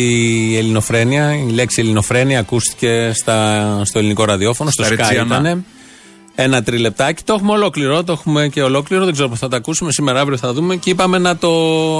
Speaker 3: ελληνοφρένεια, η λέξη ελληνοφρένεια ακούστηκε στα, στο ελληνικό ραδιόφωνο, στο
Speaker 4: Στα
Speaker 3: Sky
Speaker 4: Ριτσιανά.
Speaker 3: ήταν. Ένα τριλεπτάκι. Το έχουμε ολόκληρο, το έχουμε και ολόκληρο. Δεν ξέρω πώς θα τα ακούσουμε. Σήμερα, αύριο θα δούμε. Και είπαμε να, το,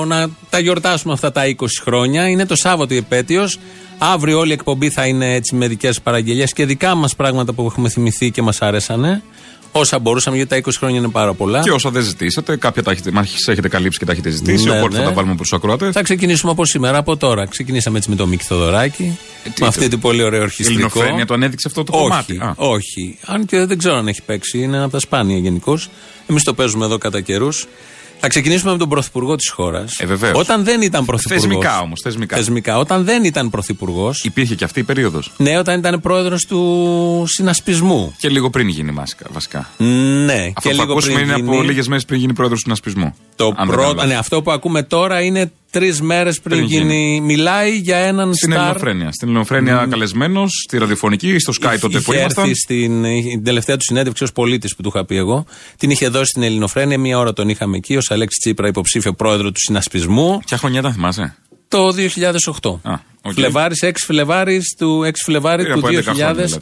Speaker 3: να τα γιορτάσουμε αυτά τα 20 χρόνια. Είναι το Σάββατο η επέτειος. Αύριο όλη η εκπομπή θα είναι έτσι με δικές παραγγελίες και δικά μας πράγματα που έχουμε θυμηθεί και μας άρεσανε. Όσα μπορούσαμε, γιατί τα 20 χρόνια είναι πάρα πολλά.
Speaker 4: Και όσα δεν ζητήσατε, κάποια τα έχετε, μάχης, έχετε καλύψει και τα έχετε ζητήσει,
Speaker 3: Ναι,
Speaker 4: οπότε
Speaker 3: ναι.
Speaker 4: θα τα βάλουμε προς τους ακροατές.
Speaker 3: Θα ξεκινήσουμε από σήμερα, από τώρα. Ξεκινήσαμε έτσι με τον Μίκη Θοδωράκη.
Speaker 4: Ε,
Speaker 3: με αυτή την πολύ ωραία ορχιστρικό.
Speaker 4: Ελληνοφρένεια το ανέδειξε αυτό το
Speaker 3: όχι,
Speaker 4: κομμάτι. Α.
Speaker 3: Όχι. Αν και δεν ξέρω αν έχει παίξει, είναι ένα από τα σπάνια γενικώς. Εμείς το παίζουμε εδώ κατά καιρούς. Θα ξεκινήσουμε με τον Πρωθυπουργό της χώρας.
Speaker 4: Ε, βεβαίως.
Speaker 3: Όταν δεν ήταν Πρωθυπουργός.
Speaker 4: Θεσμικά όμως. Θεσμικά.
Speaker 3: Όταν δεν ήταν Πρωθυπουργός.
Speaker 4: Υπήρχε και αυτή η περίοδος.
Speaker 3: Ναι, όταν ήταν πρόεδρος του συνασπισμού.
Speaker 4: Και λίγο πριν γίνει μάσκα, βασικά.
Speaker 3: Ναι,
Speaker 4: Αυτό που
Speaker 3: και λίγο
Speaker 4: ακούσουμε
Speaker 3: πριν
Speaker 4: είναι από
Speaker 3: γίνει-
Speaker 4: λίγες μέρες πριν γίνει πρόεδρος του συνασπισμού. Το
Speaker 3: Πρώτα, ναι, αυτό που ακούμε τώρα είναι τρεις μέρες πριν,
Speaker 4: Πριν γίνει.
Speaker 3: γίνει. Μιλάει για έναν
Speaker 4: Στην
Speaker 3: στάρ
Speaker 4: Ελληνοφρένεια. Στην Ελληνοφρένεια καλεσμένος, στη ραδιοφωνική, στο Sky τότε που
Speaker 3: είχε
Speaker 4: ήμασταν.
Speaker 3: έρθει στην ε, την τελευταία του συνέντευξη ως πολίτης που του είχα πει εγώ. Την είχε δώσει στην Ελληνοφρένεια. Μία ώρα τον είχαμε εκεί ως Αλέξη Τσίπρα, υποψήφιο πρόεδρο του συνασπισμού.
Speaker 4: Ποια χρονιά ήταν, θυμάσαι.
Speaker 3: Το 2008.
Speaker 4: οκ.
Speaker 3: Φλεβάρης, 6 Φλεβάρης του, 6 Φλεβάρη
Speaker 4: Πριν
Speaker 3: του
Speaker 4: από 11 χρόνια, δηλαδή.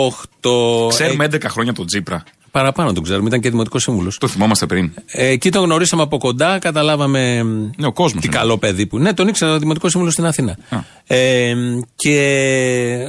Speaker 3: 2008.
Speaker 4: Ξέρουμε 11 χρόνια τον Τζίπρα.
Speaker 3: Παραπάνω τον ξέρουμε, ήταν και δημοτικός σύμβουλος.
Speaker 4: Το θυμόμαστε πριν.
Speaker 3: Ε, εκεί τον γνωρίσαμε από κοντά, καταλάβαμε ναι, ο τι καλό παιδί που. Ναι, τον ήξερα, δημοτικός σύμβουλος στην Αθήνα. Ε, και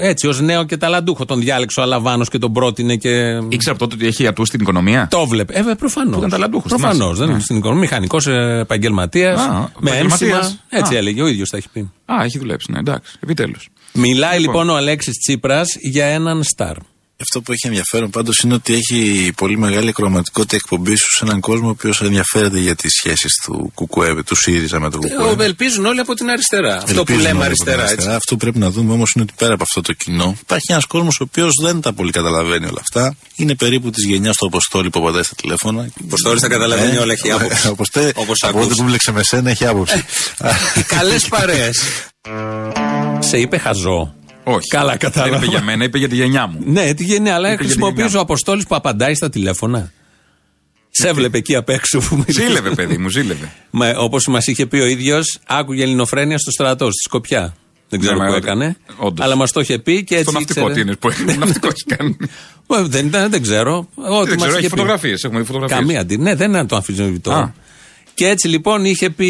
Speaker 3: έτσι, ως νέο και ταλαντούχο τον διάλεξε ο Αλαβάνο και τον πρότεινε και.
Speaker 4: Ήξερα από τότε ότι έχει ατού στην οικονομία.
Speaker 3: Το βλέπε. Ε, προφανώ.
Speaker 4: Ήταν ταλαντούχος,
Speaker 3: Προφανώ.
Speaker 4: θυμάσαι.
Speaker 3: Δεν
Speaker 4: Ναι.
Speaker 3: στην οικονομία. Μηχανικός επαγγελματίας.
Speaker 4: Α,
Speaker 3: Με
Speaker 4: επαγγελματίας.
Speaker 3: ένσημα. Ε, Έτσι
Speaker 4: Α.
Speaker 3: έλεγε, ο ίδιος τα έχει πει.
Speaker 4: Α, έχει δουλέψει, ναι, εντάξει, επιτέλους.
Speaker 3: Μιλάει λοιπόν, ο Αλέξης Τσίπρας για έναν στάρ.
Speaker 13: Αυτό που έχει ενδιαφέρον πάντως είναι ότι έχει πολύ μεγάλη κροματικότητα εκπομπή σου σε έναν κόσμο ο οποίος ενδιαφέρεται για τις σχέσεις του Κουκουέ, του ΣΥΡΙΖΑ με τον
Speaker 12: Ε,
Speaker 13: Κουκουέ.
Speaker 3: Ε, Ελπίζουν όλοι από την αριστερά. Αυτό που
Speaker 13: Ελπίζουμε
Speaker 3: λέμε
Speaker 13: όλοι
Speaker 3: αριστερά.
Speaker 13: από την
Speaker 3: έτσι.
Speaker 13: Αυτό που πρέπει να δούμε όμως είναι ότι πέρα από αυτό το κοινό υπάρχει ένας κόσμος ο οποίος δεν τα πολύ καταλαβαίνει όλα αυτά. Είναι περίπου της γενιάς του Αποστόλη που απαντάει στα τηλέφωνα. Ε,
Speaker 3: Αποστόλης τα καταλαβαίνει όλα, έχει άποψη.
Speaker 13: Αποστέ-
Speaker 3: Όπως
Speaker 13: Από
Speaker 3: ακούς.
Speaker 13: τότε που μπλέξε με σένα έχει άποψη.
Speaker 7: <laughs>
Speaker 3: Οι καλές παρέες. Σε είπε χαζό.
Speaker 4: Όχι.
Speaker 3: Καλά,
Speaker 4: Δεν είπε
Speaker 3: κατάλαβα.
Speaker 4: για μένα, είπε για τη γενιά μου.
Speaker 3: <laughs> Ναι, τι γενναία, αλλά
Speaker 4: Είπε για τη
Speaker 3: χρησιμοποιείς
Speaker 4: γενιά. Ναι,
Speaker 3: ο Αποστόλης που απαντάει στα τηλέφωνα. Σε έβλεπε εκεί απ' έξω που μιλούσε.
Speaker 4: Ζήλευε, παιδί μου, ζήλευε.
Speaker 3: Όπως μας είχε πει ο ίδιος, άκουγε ελληνοφρένεια στο στρατό, στη Σκοπιά. Δεν ξέρω
Speaker 4: Ναι,
Speaker 3: που
Speaker 4: μα,
Speaker 3: έκανε.
Speaker 4: όντως.
Speaker 3: Αλλά μας το είχε πει και έτσι.
Speaker 4: Στο ναυτικό
Speaker 3: ήξερε. Ναι.
Speaker 4: τι είναι που έκανε. Ναυτικό έχει κάνει.
Speaker 3: Ε, Δεν, ήταν, δεν ξέρω. Ό,τι
Speaker 4: Δεν ξέρω,
Speaker 3: μας είχε
Speaker 4: έχει
Speaker 3: πει.
Speaker 4: φωτογραφίες. Έχουμε δει φωτογραφίες.
Speaker 3: Καμία αντί. Ναι, δεν είναι το αμφισβητώ.
Speaker 4: Α.
Speaker 3: Και έτσι λοιπόν είχε, πει,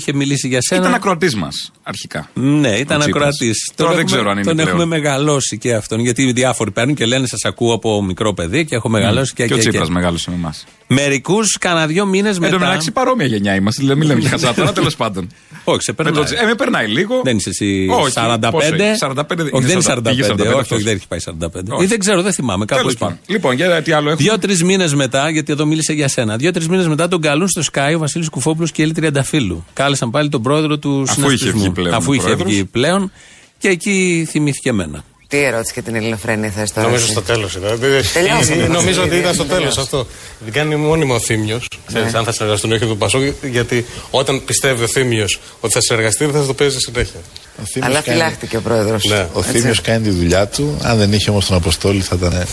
Speaker 3: είχε μιλήσει για σένα.
Speaker 4: Ήταν ακροατής μας αρχικά.
Speaker 3: Ναι, ήταν
Speaker 4: Ο Τσίπρας.
Speaker 3: ακροατής.
Speaker 4: Τώρα δεν ξέρω αν είναι
Speaker 3: Τον
Speaker 4: πλέον.
Speaker 3: έχουμε μεγαλώσει και αυτόν. Γιατί οι διάφοροι παίρνουν και λένε: Σας ακούω από μικρό παιδί και έχω μεγαλώσει και
Speaker 4: Και ο
Speaker 3: και-
Speaker 4: Τσίπρα
Speaker 3: και».
Speaker 4: μεγάλωσε με εμάς.
Speaker 3: Μερικούς κάνα δύο μήνες
Speaker 4: Εν τω
Speaker 3: μετά.
Speaker 4: μεταξύ, παρόμοια γενιά είμαστε. Δηλαδή, μην λέμε
Speaker 3: <laughs>
Speaker 4: για χαζά τώρα, τέλος πάντων.
Speaker 3: Όχι, σε
Speaker 4: Με
Speaker 3: περνάει.
Speaker 4: τον Τσι- Ε, με περνάει λίγο.
Speaker 3: Δεν είσαι εσύ
Speaker 4: Όχι,
Speaker 3: 45.
Speaker 4: πόσο έχει, 45,
Speaker 3: όχι, δεν
Speaker 4: είναι
Speaker 3: είναι
Speaker 4: 45,
Speaker 3: 45. όχι,
Speaker 4: αυτός.
Speaker 3: όχι, δεν έχει πάει 45.
Speaker 4: Όχι.
Speaker 3: Ή δεν ξέρω, δεν θυμάμαι. Κάπου
Speaker 4: Τέλο
Speaker 3: εκεί.
Speaker 4: πάντων. Λοιπόν, για τι άλλο έχουμε.
Speaker 3: Δύο-τρει μήνες μετά, γιατί εδώ μίλησε για σένα. Δύο-τρει μήνες μετά τον καλούν στο Sky ο Βασίλης Κουφόπουλος και η Έλλη Τριανταφύλου. Κάλεσαν πάλι τον πρόεδρο του
Speaker 4: Αφού είχε
Speaker 3: συνασπισμού.
Speaker 4: βγει πλέον
Speaker 3: Αφού
Speaker 4: ο
Speaker 3: είχε
Speaker 4: πρόεδρος.
Speaker 3: βγει πλέον. Και εκεί θυμήθηκε εμένα.
Speaker 14: Τι ερώτηση για την ελληνοφρένεια θες τώρα.
Speaker 15: Νομίζω
Speaker 14: εσύ?
Speaker 15: στο τέλος ήταν. Δεν- Ε,
Speaker 14: Τελειώσαμε. Ε,
Speaker 15: Νομίζω ότι ήταν στο τέλο
Speaker 14: Τελειώσαμε.
Speaker 15: αυτό. Την κάνει μόνιμο ο Θήμιος.
Speaker 14: Ναι.
Speaker 15: Αν θα συνεργαστούν ή όχι του Πασόκ, γιατί όταν πιστεύει ο Θήμιος ότι θα συνεργαστεί, δεν θα το παίζει συνέχεια.
Speaker 14: Θήμιος Αλλά κάνει- φυλάχτηκε ο πρόεδρος. Ναι.
Speaker 15: Ο
Speaker 13: Ο
Speaker 14: Έτσι.
Speaker 13: Θήμιος κάνει τη δουλειά του. Αν δεν είχε όμως τον Αποστόλη θα ήταν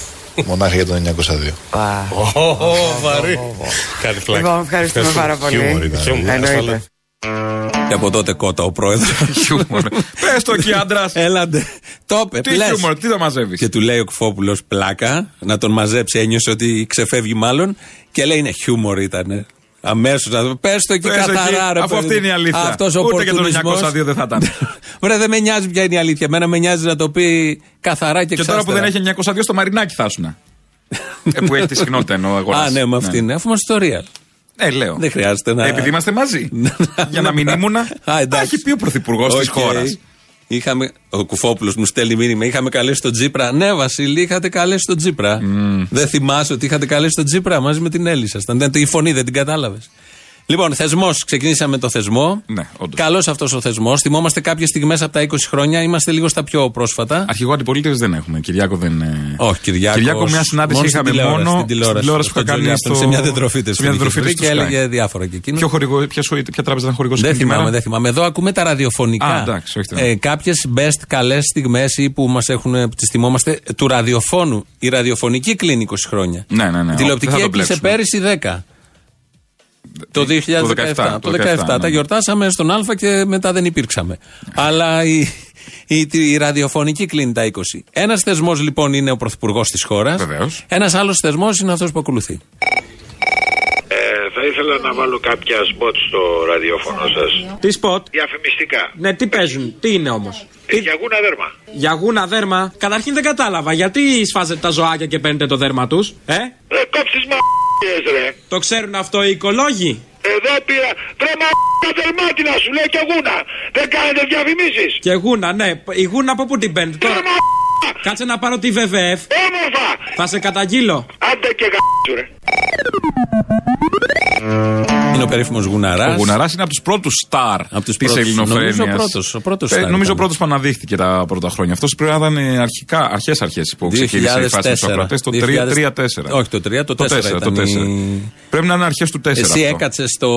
Speaker 13: μονάχα για το 902.
Speaker 15: βαρύ. Κάτι πλάκα.
Speaker 14: Λοιπόν, ευχαριστούμε πάρα πολύ.
Speaker 15: Χιούμορ ήταν. Χιούμορ,
Speaker 14: Εννοείται.
Speaker 15: ασφαλώς.
Speaker 3: Και από τότε κότα ο πρόεδρος.
Speaker 4: <laughs> Πες το εκεί, άντρας.
Speaker 3: <laughs> Έλαντε. Το είπε.
Speaker 4: Τι
Speaker 3: Ε, λες.
Speaker 4: χιούμορ, τι θα μαζεύεις.
Speaker 3: Και του λέει ο Κουφόπουλο πλάκα, να τον μαζέψει, ένιωσε ότι ξεφεύγει μάλλον. Και λέει είναι χιούμορ ήταν. Αμέσως να το πες το εκεί
Speaker 4: Πες
Speaker 3: καθαρά,
Speaker 4: εκεί,
Speaker 3: ρε
Speaker 4: αφού αυτή είναι η αλήθεια.
Speaker 3: Αυτός ο
Speaker 4: Ούτε και το
Speaker 3: οπορτουνισμός.
Speaker 4: 902 δεν θα
Speaker 3: <laughs>
Speaker 4: ήταν.
Speaker 3: Βρε, δεν με νοιάζει ποια είναι η αλήθεια. Μένα με νοιάζει να το πει καθαρά και
Speaker 4: Και τώρα που δεν
Speaker 3: ξάστερα.
Speaker 4: έχει 902 στο Μαρινάκι θα
Speaker 3: <laughs>
Speaker 4: ήσουν. Ε, που έχει τη συχνότητα εννοώ αγορά.
Speaker 3: Α, ναι, με αυτή είναι. Αφού είμαστε στο real.
Speaker 4: Ε, λέω.
Speaker 3: Δεν χρειάζεται να.
Speaker 4: Ε, Επειδή είμαστε
Speaker 3: <laughs>
Speaker 4: μαζί. Για να μην ήμουνα.
Speaker 3: Α,
Speaker 4: Τα
Speaker 3: εντάξει.
Speaker 4: έχει πει ο πρωθυπουργός της
Speaker 3: Οκ.
Speaker 4: χώρας.
Speaker 3: Είχαμε, ο Κουφόπουλος μου στέλνει μήνυμα. Είχαμε καλέσει τον Τζίπρα. Ναι, Βασίλη, είχατε καλέσει τον Τζίπρα. Δεν θυμάσαι ότι είχατε καλέσει τον Τζίπρα μαζί με την Έλλη σας. Δεν η φωνή, δεν την κατάλαβες. Λοιπόν, θεσμός. Ξεκινήσαμε το θεσμό. Ναι, Καλός αυτός ο θεσμός. Θυμόμαστε κάποιες στιγμές από τα 20 χρόνια. Είμαστε λίγο στα πιο πρόσφατα.
Speaker 4: Αρχηγό αντιπολίτευσης δεν έχουμε. Κυριάκο δεν. ε,
Speaker 3: Όχι, Κυριάκος,
Speaker 4: Κυριάκο, μια συνάντηση
Speaker 3: μόνο στην
Speaker 4: είχαμε
Speaker 3: τηλεόραση,
Speaker 4: μόνο.
Speaker 3: στην τηλεόραση,
Speaker 4: που
Speaker 3: στον
Speaker 4: είχα κάνει.
Speaker 3: Τζολιάστον,
Speaker 4: Στο...
Speaker 3: σε μια διατροφή της
Speaker 4: σε μια
Speaker 3: στον
Speaker 4: διατροφή
Speaker 3: Κεφρή
Speaker 4: της
Speaker 3: και
Speaker 4: στο Sky.
Speaker 3: έλεγε διάφορα και εκείνο.
Speaker 4: Ποιο χορηγό- ποια, σου- ποια τράπεζα ήταν χορηγός
Speaker 3: Δεν θυμάμαι, δεν θυμάμαι. Εδώ ακούμε τα ραδιοφωνικά.
Speaker 4: Α, εντάξει, όχι, δεν-
Speaker 3: ε, Κάποιες best καλές στιγμές ή που μας έχουν, ε, τις θυμόμαστε, ε, του ραδιοφώνου. Η ραδιοφωνική κλείνει 20 χρόνια.
Speaker 4: Ναι, ναι, ναι. Δεν θα
Speaker 3: Η
Speaker 4: Ε,
Speaker 3: τηλεοπτική
Speaker 4: το
Speaker 3: έκλεισε
Speaker 4: μπλέξουμε.
Speaker 3: πέρυσι 10. Το 2017. Το 2017.
Speaker 4: ναι.
Speaker 3: Τα γιορτάσαμε στον Α και μετά δεν υπήρξαμε. Αλλά η, η, η, η ραδιοφωνική κλείνει τα 20. Ένας θεσμός λοιπόν είναι ο πρωθυπουργός της χώρας. Ένας άλλος θεσμός είναι αυτός που ακολουθεί.
Speaker 1: Ε, θα ήθελα να βάλω κάποια σποτ στο ραδιόφωνο σας.
Speaker 7: Τι σποτ.
Speaker 1: Διαφημιστικά.
Speaker 7: Ναι, τι παίζουν, τι είναι όμως.
Speaker 1: Ε, για γούνα δέρμα.
Speaker 7: Για γούνα δέρμα. Καταρχήν δεν κατάλαβα. Γιατί σφάζετε τα ζωάκια και παίρνετε το δέρμα τους, ε?
Speaker 1: Ρε κόψεις μα ρε.
Speaker 7: Το ξέρουν αυτό οι οικολόγοι.
Speaker 1: Ε, δεν πήρα. Ρε μα δερμάτινα σου λέω και γούνα. Δεν κάνετε διαφημίσεις.
Speaker 7: Και γούνα, ναι. Η γούνα από πού την παίρνετε τώρα. Κάτσε να πάρω τη ΒΒΕΦ.
Speaker 1: Όμορφα.
Speaker 7: Θα σε καταγγείλω.
Speaker 1: Άντε και γάτσου ρε.
Speaker 3: Είναι ο περίφημος Γουναράς.
Speaker 16: Ο Γουναράς είναι από τους πρώτους στάρ της
Speaker 3: πρώτους.
Speaker 16: ελληνοφρένειας.
Speaker 3: Νομίζω ο πρώτος, ο πρώτος στάρ
Speaker 16: νομίζω ο
Speaker 3: ήταν.
Speaker 16: πρώτος που αναδείχθηκε τα πρώτα χρόνια. Αυτός πρέπει να ήταν ε, αρχικά, αρχές αρχές που ξεκίνησε η φάση
Speaker 3: 2004.
Speaker 16: του Σοκρατέ το 3-4.
Speaker 3: Όχι, το 3, το 4
Speaker 16: τέσσερα,
Speaker 3: ήταν
Speaker 16: το τέσσερα.
Speaker 3: η-
Speaker 16: Πρέπει να είναι αρχές του 4.
Speaker 3: Εσύ έκατσες στο.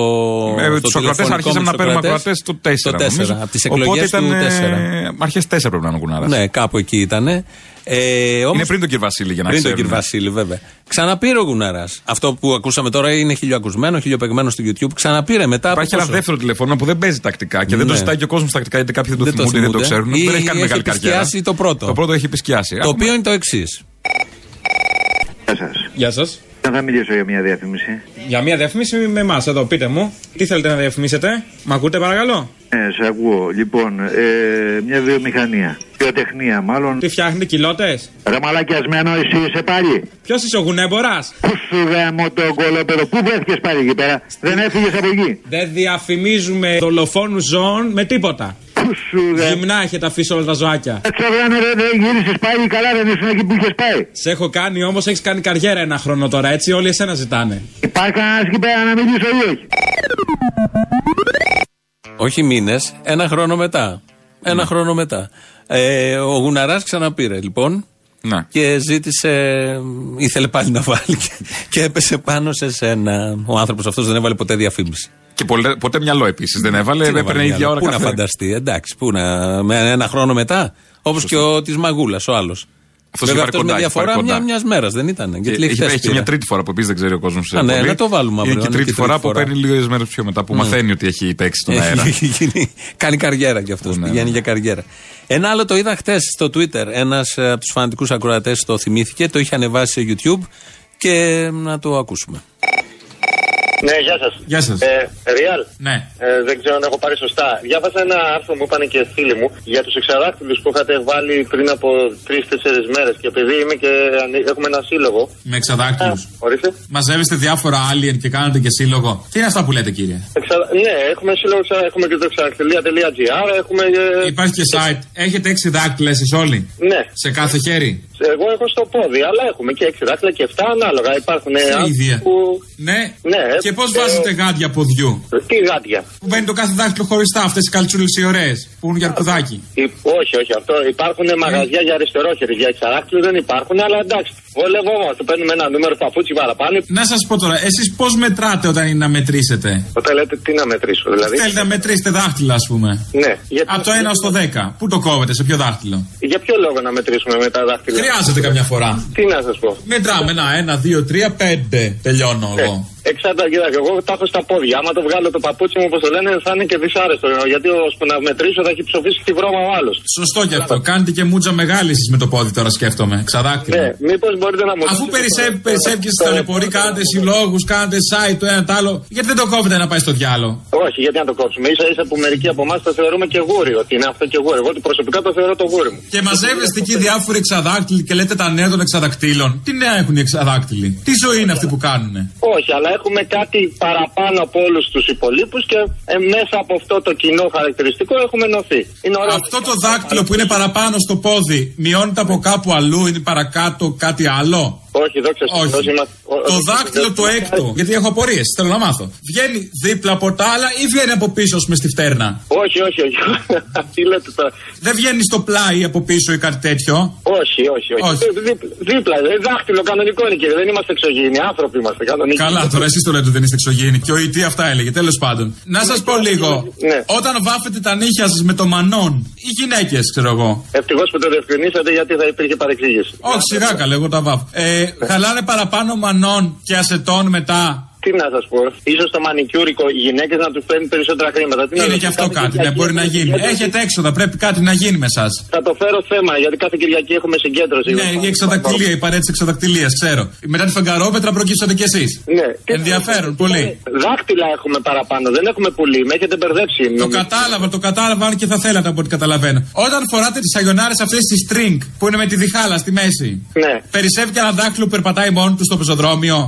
Speaker 16: Ε,
Speaker 3: στο
Speaker 16: του Σοκρατέ
Speaker 3: τηλεφωνικό
Speaker 16: αρχίσαμε
Speaker 3: με
Speaker 16: να
Speaker 3: τους
Speaker 16: παίρνουμε
Speaker 3: Σοκρατές.
Speaker 16: ακροατές το 4.
Speaker 3: Το 4. Από τις
Speaker 16: Οπότε
Speaker 3: εκλογέ του
Speaker 16: ήταν.
Speaker 3: 4.
Speaker 16: Αρχέ 4 πρέπει να είναι ο Γουναράς.
Speaker 3: Ναι, κάπου εκεί ήταν. Ε, όμως...
Speaker 16: Είναι πριν τον κύριο Βασίλη για να
Speaker 3: Πριν τον
Speaker 16: ξέρουμε.
Speaker 3: κύριο Βασίλη, βέβαια. Ξαναπήρε ο Γουναρά. Αυτό που ακούσαμε τώρα είναι χιλιοακουσμένο, χιλιοπεγμένο στο YouTube. Ξαναπήρε μετά.
Speaker 16: Υπάρχει ένα δεύτερο τηλέφωνο που δεν παίζει τακτικά και δεν το
Speaker 3: Ναι.
Speaker 16: ζητάει και ο κόσμος τακτικά γιατί κάποιοι δεν το
Speaker 3: Δεν το
Speaker 16: θυμούνται ή δεν το
Speaker 3: θυμούνται.
Speaker 16: ξέρουν.
Speaker 3: Ή
Speaker 16: Δεν έχει κάνει
Speaker 3: έχει
Speaker 16: μεγάλη καριέρα.
Speaker 3: επισκιάσει το πρώτο.
Speaker 16: Το πρώτο έχει επισκιάσει.
Speaker 3: Το οποίο είναι το εξής.
Speaker 7: Γεια σας.
Speaker 17: Να θα μιλήσω για μια διαφήμιση.
Speaker 7: Για μια διαφήμιση με εμάς εδώ, πείτε μου. Τι θέλετε να διαφημίσετε, Μ' ακούτε παρακαλώ.
Speaker 17: Ε, σε ακούω. Λοιπόν, ε, μια βιομηχανία. Βιοτεχνία, μάλλον.
Speaker 7: Τι φτιάχνετε, κοιλώτε.
Speaker 17: Ρε μαλακιασμένο εσύ είσαι πάλι.
Speaker 7: Ποιος είσαι ο γουνέμπορας.
Speaker 17: Πού σου γάμο το κολόπεδο, πού βρέθηκες πάλι εκεί πέρα. Δεν έφυγες από εκεί.
Speaker 7: Δεν διαφημίζουμε δολοφόνους ζώων με τίποτα.
Speaker 3: Ε,
Speaker 7: Γυμνά έχετε αφήσει όλα τα ζωάκια.
Speaker 17: Τσαβράνε ρε, ε, δεν γύρισες πάλι καλά, δεν ήσουν εκεί που είχες πάει.
Speaker 7: Σε έχω κάνει όμως, έχεις κάνει καριέρα ένα χρόνο τώρα, έτσι. Όλοι εσένα ζητάνε.
Speaker 17: Υπάρχει κανένας εκεί πέρα να μιλήσω ή όχι.
Speaker 3: Όχι μήνες, ένα χρόνο μετά.
Speaker 16: Ναι.
Speaker 3: Ένα χρόνο μετά. Ε, ο Γουναράς ξαναπήρε λοιπόν.
Speaker 16: Ναι.
Speaker 3: Και ζήτησε, ήθελε πάλι να βάλει και, και έπεσε πάνω σε σένα. Ο άνθρωπος αυτός δεν έβαλε ποτέ διαφήμιση.
Speaker 16: Και ποτέ, ποτέ μυαλό επίσης δεν έβαλε,
Speaker 3: Τι να
Speaker 16: Ε, έπαιρνε
Speaker 3: βάλει
Speaker 16: ίδια
Speaker 3: άλλο,
Speaker 16: ώρα
Speaker 3: Πού να
Speaker 16: κάθε-
Speaker 3: φανταστεί, εντάξει, πού να. Με ένα χρόνο μετά. Όπως και ο της Μαγούλας, ο άλλος.
Speaker 16: Αυτός
Speaker 3: Βέβαια
Speaker 16: υπάρχει
Speaker 3: αυτός με
Speaker 16: κοντά,
Speaker 3: διαφορά
Speaker 16: υπάρχει
Speaker 3: μια
Speaker 16: κοντά.
Speaker 3: μιας μέρας, δεν ήταν.
Speaker 16: Και
Speaker 3: Γιατί λέει
Speaker 16: Ε, έχει,
Speaker 3: χθες
Speaker 16: έχει και
Speaker 3: πήρα.
Speaker 16: μια τρίτη φορά που επίσης δεν ξέρει ο κόσμος.
Speaker 3: Α, ναι, να το βάλουμε
Speaker 16: Είναι
Speaker 3: αύριο,
Speaker 16: και η
Speaker 3: αν
Speaker 16: τρίτη
Speaker 3: είναι και τρίτη
Speaker 16: φορά που
Speaker 3: φορά.
Speaker 16: παίρνει λίγες μέρες πιο μετά, που
Speaker 3: Ναι.
Speaker 16: μαθαίνει ότι έχει παίξει στον
Speaker 3: <laughs>
Speaker 16: αέρα. Ναι,
Speaker 3: Έχει γίνει- Κάνει καριέρα κι αυτός. πηγαίνει για καριέρα. Ένα άλλο το είδα χτες στο Twitter. Ένας από τους φανατικούς ακροατές το θυμήθηκε, το είχε ανεβάσει σε YouTube και να το ακούσουμε.
Speaker 6: Ναι, γεια σας.
Speaker 3: Γεια σας.
Speaker 6: Ε, Real.
Speaker 16: Ναι.
Speaker 6: Ε, δεν ξέρω αν έχω πάρει σωστά. Διάβασα ένα άρθρο που είπαν και φίλοι μου για τους εξαράκτηλου που είχατε βάλει πριν από τρει-τέσσερι μέρες. Και επειδή είμαι και ανή- έχουμε ένα σύλλογο.
Speaker 4: Με εξαδάκτυλου.
Speaker 6: Ορίστε.
Speaker 4: Μαζεύεστε διάφορα alien και κάνετε και σύλλογο. Τι είναι αυτά που λέτε, κύριε.
Speaker 6: Εξα- Ναι, έχουμε σύλλογο, εξα- έχουμε και το εξαρακτηλία.gr, έχουμε. ε,
Speaker 4: Υπάρχει και site. Έχετε έξι δάκτυλα εσείς όλοι.
Speaker 6: Ναι.
Speaker 4: Σε κάθε χέρι.
Speaker 6: Εγώ έχω στο πόδι, αλλά έχουμε και έξι δάχτυλα και 7 ανάλογα. Υπάρχουν ε,
Speaker 4: Τι
Speaker 6: άνθρωποι
Speaker 4: ιδέα.
Speaker 6: που.
Speaker 4: Ναι.
Speaker 6: Ναι,
Speaker 4: Και πώς
Speaker 6: ε,
Speaker 4: βάζετε γάντια ποδιού.
Speaker 6: Τι γάντια.
Speaker 4: Που μπαίνει το κάθε δάκτυλο χωριστά. Αυτές οι καλτσούλες οι ωραίες. Που είναι για αρκουδάκι.
Speaker 6: Υ- όχι, όχι, αυτό. Υπάρχουν μαγαζιά για αριστερόχειρη, για εξαράκτηλου δεν υπάρχουν, αλλά εντάξει. Βολευόμαστε, παίρνουμε ένα νούμερο παπούτσι παραπάνω.
Speaker 4: Να σας πω τώρα, εσείς πώς μετράτε όταν είναι να μετρήσετε.
Speaker 6: Όταν λέτε τι να μετρήσω, δηλαδή.
Speaker 4: Θέλετε να μετρήσετε δάχτυλα, ας πούμε.
Speaker 6: Ναι. Γιατί...
Speaker 4: Από το 1 στο 10. Πού το κόβετε, σε ποιο δάχτυλο.
Speaker 6: Για ποιο λόγο να μετρήσουμε με τα δάχτυλα.
Speaker 4: Χρειάζεται καμιά φορά.
Speaker 6: Τι να σας πω.
Speaker 4: Μετράμε ένα, ένα, δύο, τρία, πέντε. Τελειώνω εγώ.
Speaker 6: Εξάρτητα, κοιτάξτε, εγώ τα έχω στα πόδια. Άμα το βγάλω το παπούτσι μου, όπως το λένε, θα είναι και δυσάρεστο. Γιατί ώσπου να μετρήσω θα έχει ψοφήσει τη βρώμα ο άλλος.
Speaker 4: Σωστό κι αυτό. Κάνετε και μούτζα μεγάλης εσείς με το πόδι τώρα, σκέφτομαι. Ξαδάκτυλο.
Speaker 6: Ναι, μήπως μπορείτε να μου
Speaker 4: Αφού
Speaker 6: δείξετε το-
Speaker 4: περισσεύει και στα λεπορεί, κάνετε συλλόγους, κάνετε site το ένα το άλλο. Γιατί δεν το κόβετε να πάει στο διάλογο.
Speaker 6: Όχι, γιατί να το κόψουμε. σα ίσα που μερικοί από εμάς το θεωρούμε και γούρι. Ότι είναι αυτό και γούρι. Εγώ προσωπικά το θεωρώ το γούρι μου.
Speaker 4: Και μαζεύεστε εκεί διάφοροι εξαδάκτυλοι και λέτε τα νέα των εξαδακτύλων. Τι νέα έχουν οι εξαδάκτυλοι. Τι ζωή είναι αυτή που κάνουν.
Speaker 6: Όχι, αλλά έχουμε κάτι παραπάνω από όλους τους υπολείπους και ε, μέσα από αυτό το κοινό χαρακτηριστικό έχουμε ενωθεί. Είναι ωραίο.
Speaker 4: Αυτό το δάκτυλο που είναι παραπάνω στο πόδι μειώνεται από κάπου αλλού, είναι παρακάτω κάτι άλλο.
Speaker 6: Όχι, δόξα τω
Speaker 4: Όχι. Το δάκτυλο το έκτο, γιατί έχω απορίες, θέλω να μάθω. Βγαίνει δίπλα από τα άλλα ή βγαίνει από πίσω με στη φτέρνα.
Speaker 6: Όχι, όχι, όχι. <laughs> Τι λέτε τώρα.
Speaker 4: Δεν βγαίνει στο πλάι από πίσω ή κάτι τέτοιο.
Speaker 6: Όχι, όχι, όχι.
Speaker 4: Όχι.
Speaker 6: Δι- δι- δίπλα, ε, δάχτυλο κανονικό είναι κύριε. Δεν είμαστε εξωγήινοι. Άνθρωποι είμαστε κανονικοί.
Speaker 4: Καλά, τώρα εσείς το λέτε ότι δεν είστε εξωγήινοι. Και ο ΙΤ αυτά έλεγε, τέλος πάντων. Να σας πω λίγο. Όταν βάφετε τα νύχια σας με το μανόν, οι γυναίκες, ξέρω εγώ.
Speaker 6: Ευτυχώς που το διευκρινίσατε γιατί θα υπήρχε
Speaker 4: Ναι,
Speaker 6: παρεξήγηση.
Speaker 4: Όχι, σιγά καλά, εγώ τα βάφω. Ε, χαλάνε παραπάνω μανών και ασετών μετά.
Speaker 6: Τι τι να σας πω. σω το μανικιούρικο οι γυναίκες να τους παίρνουν περισσότερα χρήματα. Τι να
Speaker 4: Είναι
Speaker 6: σας
Speaker 4: και
Speaker 6: πω,
Speaker 4: αυτό
Speaker 6: κάθε
Speaker 4: κάτι, ναι,
Speaker 6: Κυριακή
Speaker 4: μπορεί να
Speaker 6: έχουμε
Speaker 4: γίνει.
Speaker 6: συγκέντρωση.
Speaker 4: Έχετε έξοδα, πρέπει κάτι να γίνει με εσά.
Speaker 6: Θα το φέρω θέμα, γιατί κάθε Κυριακή έχουμε συγκέντρωση. Λοιπόν,
Speaker 4: Ναι, η εξοδακτηλία, η παρέα τη εξοδακτηλία, ξέρω. Μετά τη φεγγαρόπετρα προκύψατε κι εσείς.
Speaker 6: Ναι.
Speaker 4: Ενδιαφέρον, πολύ.
Speaker 6: Δάκτυλα έχουμε παραπάνω, δεν έχουμε πουλί. Με έχετε μπερδέψει.
Speaker 4: Το κατάλαβα, το κατάλαβα, αν και θα θέλατε από ό,τι καταλαβαίνω. Όταν φοράτε τις αγιονάρες αυτές τη string που είναι με τη διχάλα στη μέση,
Speaker 6: ναι.
Speaker 4: περισσεύει και ένα δάκτυλο που περπατάει μόνο του στο πεζοδρόμιο.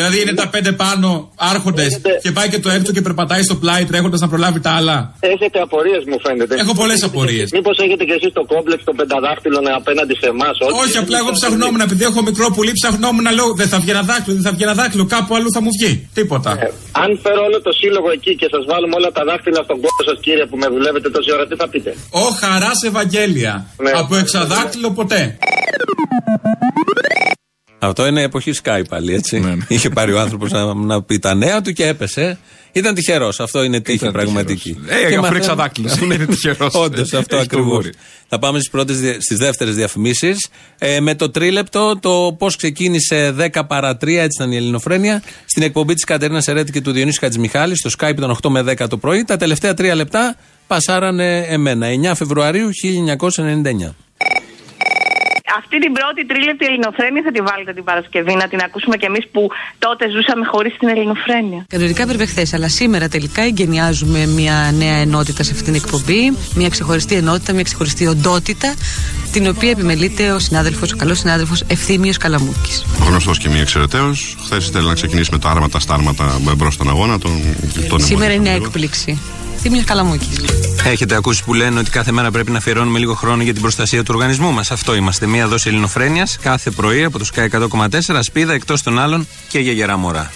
Speaker 4: δηλαδή είναι τα πέντε πάνω άρχοντες και πάει και το έκτο και περπατάει στο πλάι τρέχοντας να προλάβει τα άλλα.
Speaker 6: Έχετε απορίες, μου φαίνεται.
Speaker 4: Έχω πολλές απορίες.
Speaker 6: Μήπως έχετε και εσείς το κόμπλεξ των πενταδάχτυλων απέναντι σε εμάς,
Speaker 4: Όχι, απλά εγώ ψαχνόμουν, επειδή έχω μικρό πουλί, ψαχνόμουν να λέω δεν θα βγει ένα δάκτυλο, δεν θα βγει ένα δάκτυλο, κάπου αλλού θα μου βγει. Τίποτα.
Speaker 6: Ε, Αν φέρω όλο το σύλλογο εκεί και σας βάλουμε όλα τα δάχτυλα στον κόπο σας, κύριε, που με δουλεύετε τόση ώρα, τι θα πείτε.
Speaker 4: Ω χαράς Ευαγγέλια. Από εξαδάκτυλο ποτέ.
Speaker 3: Αυτό είναι εποχή Sky πάλι, έτσι.
Speaker 18: Ναι,
Speaker 3: Είχε πάρει ο άνθρωπος να, να πει τα νέα του και έπεσε. Ήταν τυχερός. Αυτό είναι τύχη πραγματική.
Speaker 18: Ε, αφού είναι εξαδάκτυλο, δεν είναι
Speaker 3: <laughs>
Speaker 18: τυχερός. Ε,
Speaker 3: Όντως, αυτό
Speaker 18: Έχει το
Speaker 3: ακριβώ.
Speaker 18: γούρι.
Speaker 3: Θα πάμε στις πρώτες, δια- στις δεύτερες διαφημίσεις. Ε, με το τρίλεπτο, το πώς ξεκίνησε 10 παρα 3, έτσι ήταν η ελληνοφρένεια, στην εκπομπή της Κατερίνας Ερέτη και του Διονύση Χατζημιχάλη, στο Skype ήταν 8 με 10 το πρωί. Τα τελευταία τρία λεπτά πασάρανε εμένα. 9 Φεβρουαρίου 1999.
Speaker 19: Αυτή την πρώτη τρίλεπτη ελληνοφρένεια θα τη βάλετε την Παρασκευή να την ακούσουμε κι εμείς που τότε ζούσαμε χωρίς την ελληνοφρένεια.
Speaker 20: Κανονικά έπρεπε χθες, αλλά σήμερα τελικά εγκαινιάζουμε μια νέα ενότητα σε αυτήν την εκπομπή. Μια ξεχωριστή ενότητα, μια ξεχωριστή οντότητα, την οποία επιμελείται ο συνάδελφος, ο καλός συνάδελφος Ευθύμιος Καλαμούκης.
Speaker 13: Γνωστός και μη εξαιρεταίος. Χθες ήθελε να ξεκινήσει με τα άρματα στα άρματα μπρος στον αγώνα. Τον, τον
Speaker 20: Σήμερα είναι έκπληξη. Ευθύμιο Καλαμούκη.
Speaker 21: Έχετε ακούσει που λένε ότι κάθε μέρα πρέπει να αφιερώνουμε λίγο χρόνο για την προστασία του οργανισμού μας. Αυτό είμαστε. Μία δόση ελληνοφρένειας κάθε πρωί από το ΣΚΑ 100,4 σπίδα εκτός των άλλων και για γερά μωρά.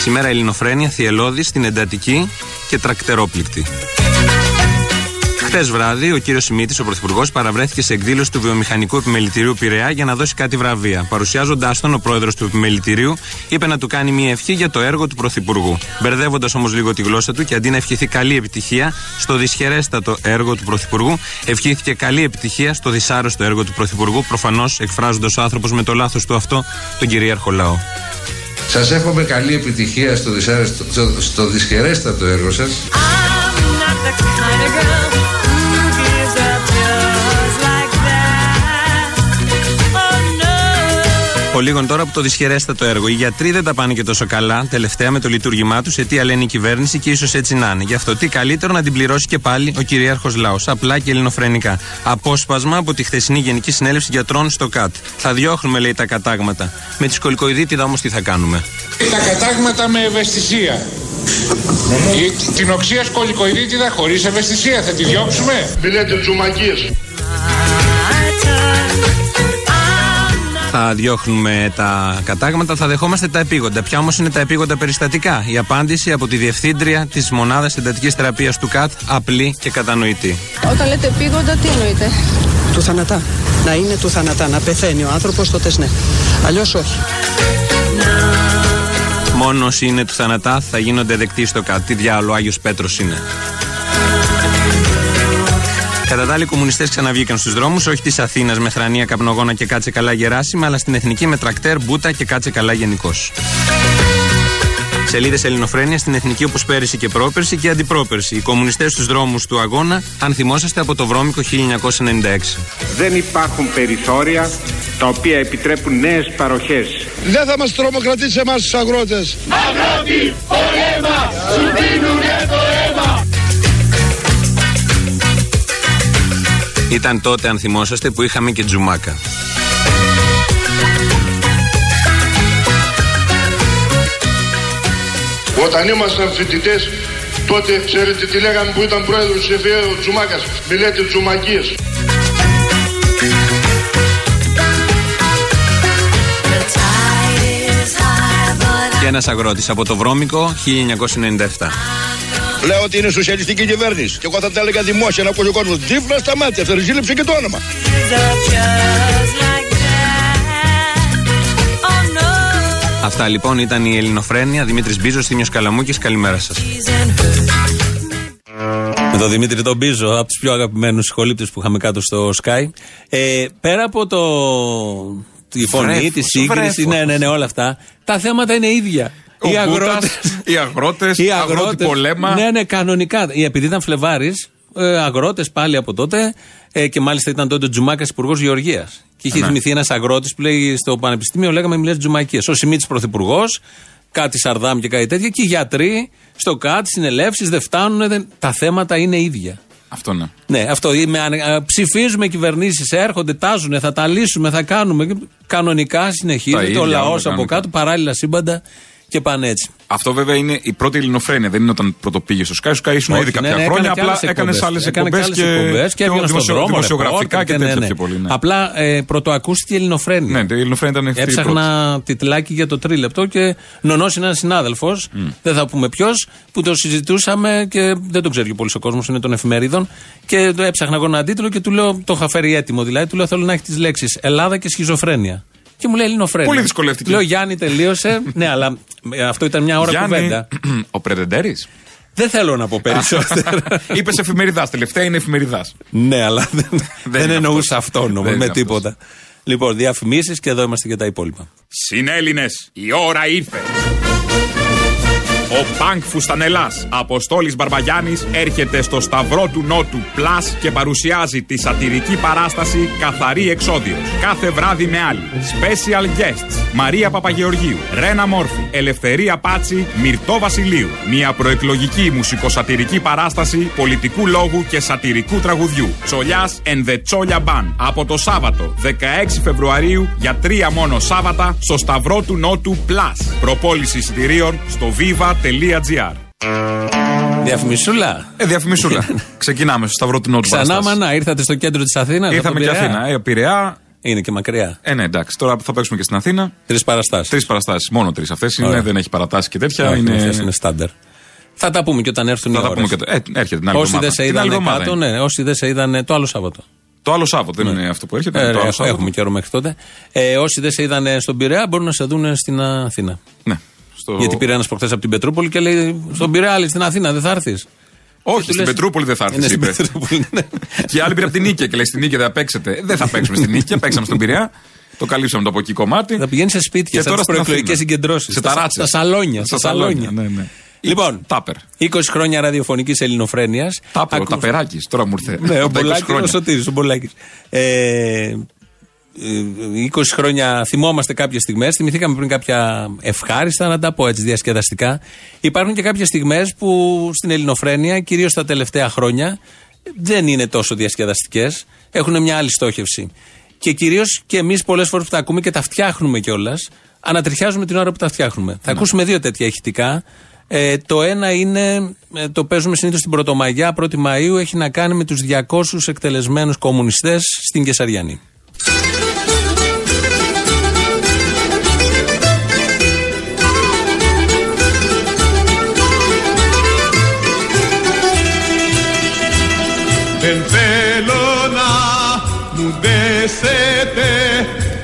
Speaker 21: Σήμερα ελληνοφρένεια θυελώδη στην εντατική και τρακτερόπληκτη. Χθες βράδυ, ο κύριος Σιμίτης, ο Πρωθυπουργός, παραβρέθηκε σε εκδήλωση του βιομηχανικού επιμελητηρίου Πειραιά για να δώσει κάτι βραβεία. Παρουσιάζοντάς τον, ο πρόεδρος του επιμελητηρίου είπε να του κάνει μια ευχή για το έργο του Πρωθυπουργού. Μπερδεύοντας όμως λίγο τη γλώσσα του και αντί να ευχηθεί καλή επιτυχία στο δυσχερέστατο έργο του Πρωθυπουργού, ευχήθηκε καλή επιτυχία στο δυσάρεστο έργο του Πρωθυπουργού, προφανώς εκφράζοντας ο άνθρωπος με το λάθος του αυτό τον κυρίαρχο λαό.
Speaker 7: Σας εύχομαι καλή επιτυχία στο, δυσάρεστο, στο, στο δυσχερέστατο έργο σας.
Speaker 21: Ο λίγων τώρα από το δυσχερέστατο έργο. Οι γιατροί δεν τα πάνε και τόσο καλά τελευταία με το λειτουργήμά τους. Αιτία λένε η κυβέρνηση και ίσως έτσι να είναι. Γι' αυτό τι καλύτερο να την πληρώσει και πάλι ο κυρίαρχος λαός. Απλά και ελληνοφρενικά. Απόσπασμα από τη χθεσινή Γενική Συνέλευση Γιατρών στο ΚΑΤ. Θα διώχνουμε, λέει, τα κατάγματα. Με τη σκολικοειδίτιδα όμως τι θα κάνουμε.
Speaker 10: Τα κατάγματα με ευαισθησία. Η- Την οξία σκολικοειδίτιδα χωρίς ευαισθησία θα τη διώξουμε. Μην λέτε τσουμακίες.
Speaker 21: Θα διώχνουμε τα κατάγματα, θα δεχόμαστε τα επίγοντα. Ποια όμως είναι τα επίγοντα περιστατικά. Η απάντηση από τη διευθύντρια της μονάδας εντατικής θεραπείας του ΚΑΤ απλή και κατανοητή.
Speaker 2: Όταν λέτε επίγοντα, τι εννοείτε.
Speaker 22: Του θανατά. Να είναι του θανατά. Να πεθαίνει ο άνθρωπος, τότε ναι. Αλλιώς όχι.
Speaker 21: Μόνος όσοι είναι του θανατά θα γίνονται δεκτοί στο ΚΑΤ. Τι διάλογο, Άγιος Πέτρος είναι. Κατά τα άλλα, οι κομμουνιστές ξαναβγήκαν στους δρόμους, όχι της Αθήνας με θρανία, καπνογόνα και κάτσε καλά γεράσιμα, αλλά στην εθνική με τρακτέρ, μπούτα και κάτσε καλά γενικώ. Σελίδες Ελληνοφρένεια στην εθνική όπως πέρυσι και πρόπερσι και αντιπρόπερσι. Οι κομμουνιστές στους δρόμους του αγώνα, αν θυμόσαστε, από το βρώμικο 1996.
Speaker 23: Δεν υπάρχουν περιθώρια τα οποία επιτρέπουν νέες παροχές.
Speaker 10: Δεν θα μας τρομοκρατήσει εμάς τους αγρότες. Αγρότη, πολέμα, σου δίνουνε το αίμα.
Speaker 21: Ήταν τότε, αν θυμόσαστε, που είχαμε και τζουμάκα.
Speaker 10: Όταν ήμασταν φοιτητές, τότε ξέρετε τι λέγαμε που ήταν πρόεδρος της ΕΦΕ ο Τσουμάκας. Μη λέτε τσουμακίες.
Speaker 21: Και ένας αγρότης από το βρώμικο 1997.
Speaker 24: Λέω ότι είναι σοσιαλιστική κυβέρνηση. Και εγώ θα τα έλεγα δημόσια να ακούσει ο κόσμος. Δίπλα στα μάτια, θα ριζίλεψε και το όνομα.
Speaker 21: Αυτά λοιπόν ήταν η Ελληνοφρένεια. Δημήτρης Μπίζος, Θήμιος Καλαμούκης. Καλημέρα σας.
Speaker 3: Με τον Δημήτρη τον Μπίζο, από τους πιο αγαπημένους συγχολήπτε που είχαμε κάτω στο Sky. Ε, πέρα από το η φωνή,
Speaker 4: Βρέφος,
Speaker 3: τη σύγκριση, ναι, ναι, ναι, όλα αυτά. Τα θέματα είναι ίδια.
Speaker 4: Ο
Speaker 3: οι
Speaker 4: Μπούτας,
Speaker 3: αγρότες.
Speaker 4: οι αγρότες, αγρότη πολέμα.
Speaker 3: Ναι, ναι, κανονικά. Ε, Επειδή ήταν Φλεβάρης, ε, αγρότες πάλι από τότε ε, και μάλιστα ήταν τότε ο Τζουμάκας υπουργός Γεωργίας. Και είχε
Speaker 4: Ναι.
Speaker 3: θυμηθεί ένας αγρότης που λέει στο Πανεπιστήμιο, λέγαμε μιλές Τζουμακίε. Ο Σιμίτης πρωθυπουργός, κάτι Σαρδάμ και κάτι τέτοια. Και οι γιατροί στο ΚΑΤ, συνελεύσεις, δεν φτάνουν. Δεν... Τα θέματα είναι ίδια.
Speaker 4: Αυτό ναι.
Speaker 3: Ναι, αυτό. είμαι ανε- α, ψηφίζουμε κυβερνήσεις, έρχονται, τάζουν, θα τα λύσουμε, θα κάνουμε. Και Κανονικά
Speaker 4: Τα
Speaker 3: συνεχίζεται
Speaker 4: ίδια
Speaker 3: ο
Speaker 4: όλα
Speaker 3: λαό από
Speaker 4: κανονικά.
Speaker 3: κάτω, παράλληλα σύμπαντα και πάνε έτσι.
Speaker 4: Αυτό βέβαια είναι η πρώτη ελληνοφρένεια. Δεν είναι όταν πρώτο πήγε στο Sky. Sky ήσουν
Speaker 3: Όχι,
Speaker 4: ήδη
Speaker 3: ναι,
Speaker 4: κάποια
Speaker 3: ναι,
Speaker 4: χρόνια.
Speaker 3: έκανε
Speaker 4: Απλά
Speaker 3: και άλλες
Speaker 4: έκανες άλλες
Speaker 3: εκπομπές. Έκανε
Speaker 4: εκπομπέ
Speaker 3: και άλλες εκπομπές και έβγαινε στον δρόμο,
Speaker 4: δημοσιογραφικά
Speaker 3: ρεπόρτερ
Speaker 4: και
Speaker 3: ναι,
Speaker 4: τέτοια
Speaker 3: ναι.
Speaker 4: πιο πολύ. ναι.
Speaker 3: Απλά ε, πρωτοακούστηκε η ελληνοφρένεια.
Speaker 4: Ναι, η ελληνοφρένεια ήταν αυτή η
Speaker 3: Έψαχνα τιτλάκι για το τρίλεπτο και νονός είναι ένας συνάδελφος, δεν θα πούμε ποιος, που το συζητούσαμε και δεν τον ξέρει και πολύ ο κόσμος, είναι των εφημερίδων. Και το έψαχνα εγώ έναν τίτλο και του λέω, το είχα φέρει έτοιμο δηλαδή, του λέω θέλω να έχεις τις λέξεις Ελλάδα και σχιζοφρένεια. Και μου λέει ελληνοφρένεια.
Speaker 4: Πολύ δυσκολεύτηκε.
Speaker 3: Του Λέω Γιάννη τελείωσε. ναι, αλλά ε, αυτό ήταν μια ώρα
Speaker 4: Γιάννη,
Speaker 3: κουβέντα.
Speaker 4: <clears throat> Ο Πρετεντέρη.
Speaker 3: <laughs> Δεν θέλω να πω περισσότερα.
Speaker 4: Είπες εφημεριδάς. Τελευταία είναι εφημεριδάς.
Speaker 3: Ναι, αλλά δεν, δεν, εννοούσα αυτόνομο
Speaker 4: Δεν
Speaker 3: με
Speaker 4: είναι αυτός.
Speaker 3: τίποτα. Λοιπόν, διαφημίσεις και εδώ είμαστε για τα υπόλοιπα.
Speaker 4: Συνέλληνες, η ώρα ήρθε. Ο Πανκ Φουστανελά Αποστόλης Μπαρμπαγιάννης έρχεται στο Σταυρό του Νότου Πλας και παρουσιάζει τη σατυρική παράσταση Καθαρή Εξόδιος. Κάθε βράδυ με άλλη. Special guests Μαρία Παπαγεωργίου, Ρένα Μόρφη, Ελευθερία Πάτσι, Μυρτό Βασιλείου. Μια προεκλογική μουσικοσατυρική παράσταση πολιτικού λόγου και σατυρικού τραγουδιού. Τσολιάς and the Τσόλια Μπαν. Από το Σάββατο 16 Φεβρουαρίου για τρία μόνο Σάββατα στο Σταυρό του Νότου Plus. Προπόληση εισιτηρίων στο viva.gr.
Speaker 3: Διαφημισούλα.
Speaker 4: Ε,
Speaker 3: <laughs>
Speaker 4: διαφημισούλα. Ξεκινάμε στο Σταυρό του Νότου.
Speaker 3: Ξανά,
Speaker 4: παραστάση.
Speaker 3: μανά, ήρθατε στο κέντρο της Αθήνας.
Speaker 4: Ήρθαμε και Αθήνα. Ε, Πειραιά.
Speaker 3: Είναι και μακριά.
Speaker 4: Ε, ναι, εντάξει. Τώρα θα παίξουμε και στην Αθήνα.
Speaker 3: Τρεις παραστάσεις.
Speaker 4: Τρεις παραστάσεις. Μόνο τρεις αυτές.
Speaker 3: Ωραία.
Speaker 4: Δεν έχει παρατάσει και τέτοια.
Speaker 3: Όχι,
Speaker 4: είναι...
Speaker 3: αυτές είναι στάνταρ. Θα τα πούμε και όταν έρθουν
Speaker 4: Θα
Speaker 3: οι
Speaker 4: τα πούμε
Speaker 3: ώρες.
Speaker 4: και το... ε, έρχεται την άλλη
Speaker 3: Όσοι
Speaker 4: εβδομάδα.
Speaker 3: δεν σε
Speaker 4: Την άλλη
Speaker 3: είδαν
Speaker 4: εβδομάδα
Speaker 3: κάτω,
Speaker 4: είναι.
Speaker 3: ναι, όσοι δεν σε είδαν το άλλο Σάββατο.
Speaker 4: Το άλλο Σάββατο δεν είναι αυτό που έρχεται.
Speaker 3: Ε,
Speaker 4: είναι το άλλο
Speaker 3: έχουμε-
Speaker 4: Σάββατο.
Speaker 3: έχουμε καιρό μέχρι τότε. Ε, όσοι δεν σε είδαν στον Πειραιά μπορούν να σε δουν στην Αθήνα.
Speaker 4: Ναι. Στο...
Speaker 3: Γιατί πήρε ένας προχθέ από την Πετρούπολη και λέει: Στον Πειραιά, λέει, στην Αθήνα δεν θα έρθεις.
Speaker 4: Όχι, στην Πετρούπολη δεν θα
Speaker 3: Είναι
Speaker 4: έρθει.
Speaker 3: «Ε, ναι, στην ναι.
Speaker 4: Είπε. <laughs> και η άλλη πήρε από την Νίκαια και λέει: Στην Νίκαια δεν θα παίξετε. Δεν θα παίξουμε στην Νίκαια, παίξαμε στον Πειραιά. Το καλύψαμε το από εκεί κομμάτι. Θα
Speaker 3: πηγαίνεις σε σπίτια, σε
Speaker 4: στην
Speaker 3: προεκλογικέ
Speaker 4: Αθήνα.
Speaker 3: συγκεντρώσεις.
Speaker 4: Σε ταράτσε.
Speaker 3: Στα σαλόνια. Στα σαλόνια.
Speaker 4: Ναι, ναι.
Speaker 3: Λοιπόν,
Speaker 4: Τάπερ.
Speaker 3: 20 χρόνια ραδιοφωνικής ελληνοφρένειας.
Speaker 4: Τάπερ, ο Ταπεράκης. Τώρα μου ήρθε.
Speaker 3: Ναι, ο
Speaker 4: Τα 20
Speaker 3: Μπολάκης,
Speaker 4: χρόνια.
Speaker 3: ο Σωτήρης, ο Μπολάκης. Ε, ε, 20 χρόνια θυμόμαστε κάποιες στιγμές, θυμηθήκαμε πριν κάποια ευχάριστα, να τα πω έτσι διασκεδαστικά. Υπάρχουν και κάποιες στιγμές που στην ελληνοφρένεια, κυρίως τα τελευταία χρόνια, δεν είναι τόσο διασκεδαστικές, έχουν μια άλλη στόχευση. Και κυρίως και εμείς πολλές φορές που τα ακούμε και τα φτιάχνουμε κιόλας, ανατριχιάζουμε την ώρα που τα φτιάχνουμε. Θα ακούσουμε δύο τέτοια ηχητικά. Ε, το ένα είναι, ε, το παίζουμε συνήθως την Πρωτομαγιά, 1η Μαου, έχει να κάνει με τους 200 εκτελεσμένους κομμουνιστές στην Κεσαριανή.
Speaker 1: Δεν θέλω να μου δέσετε,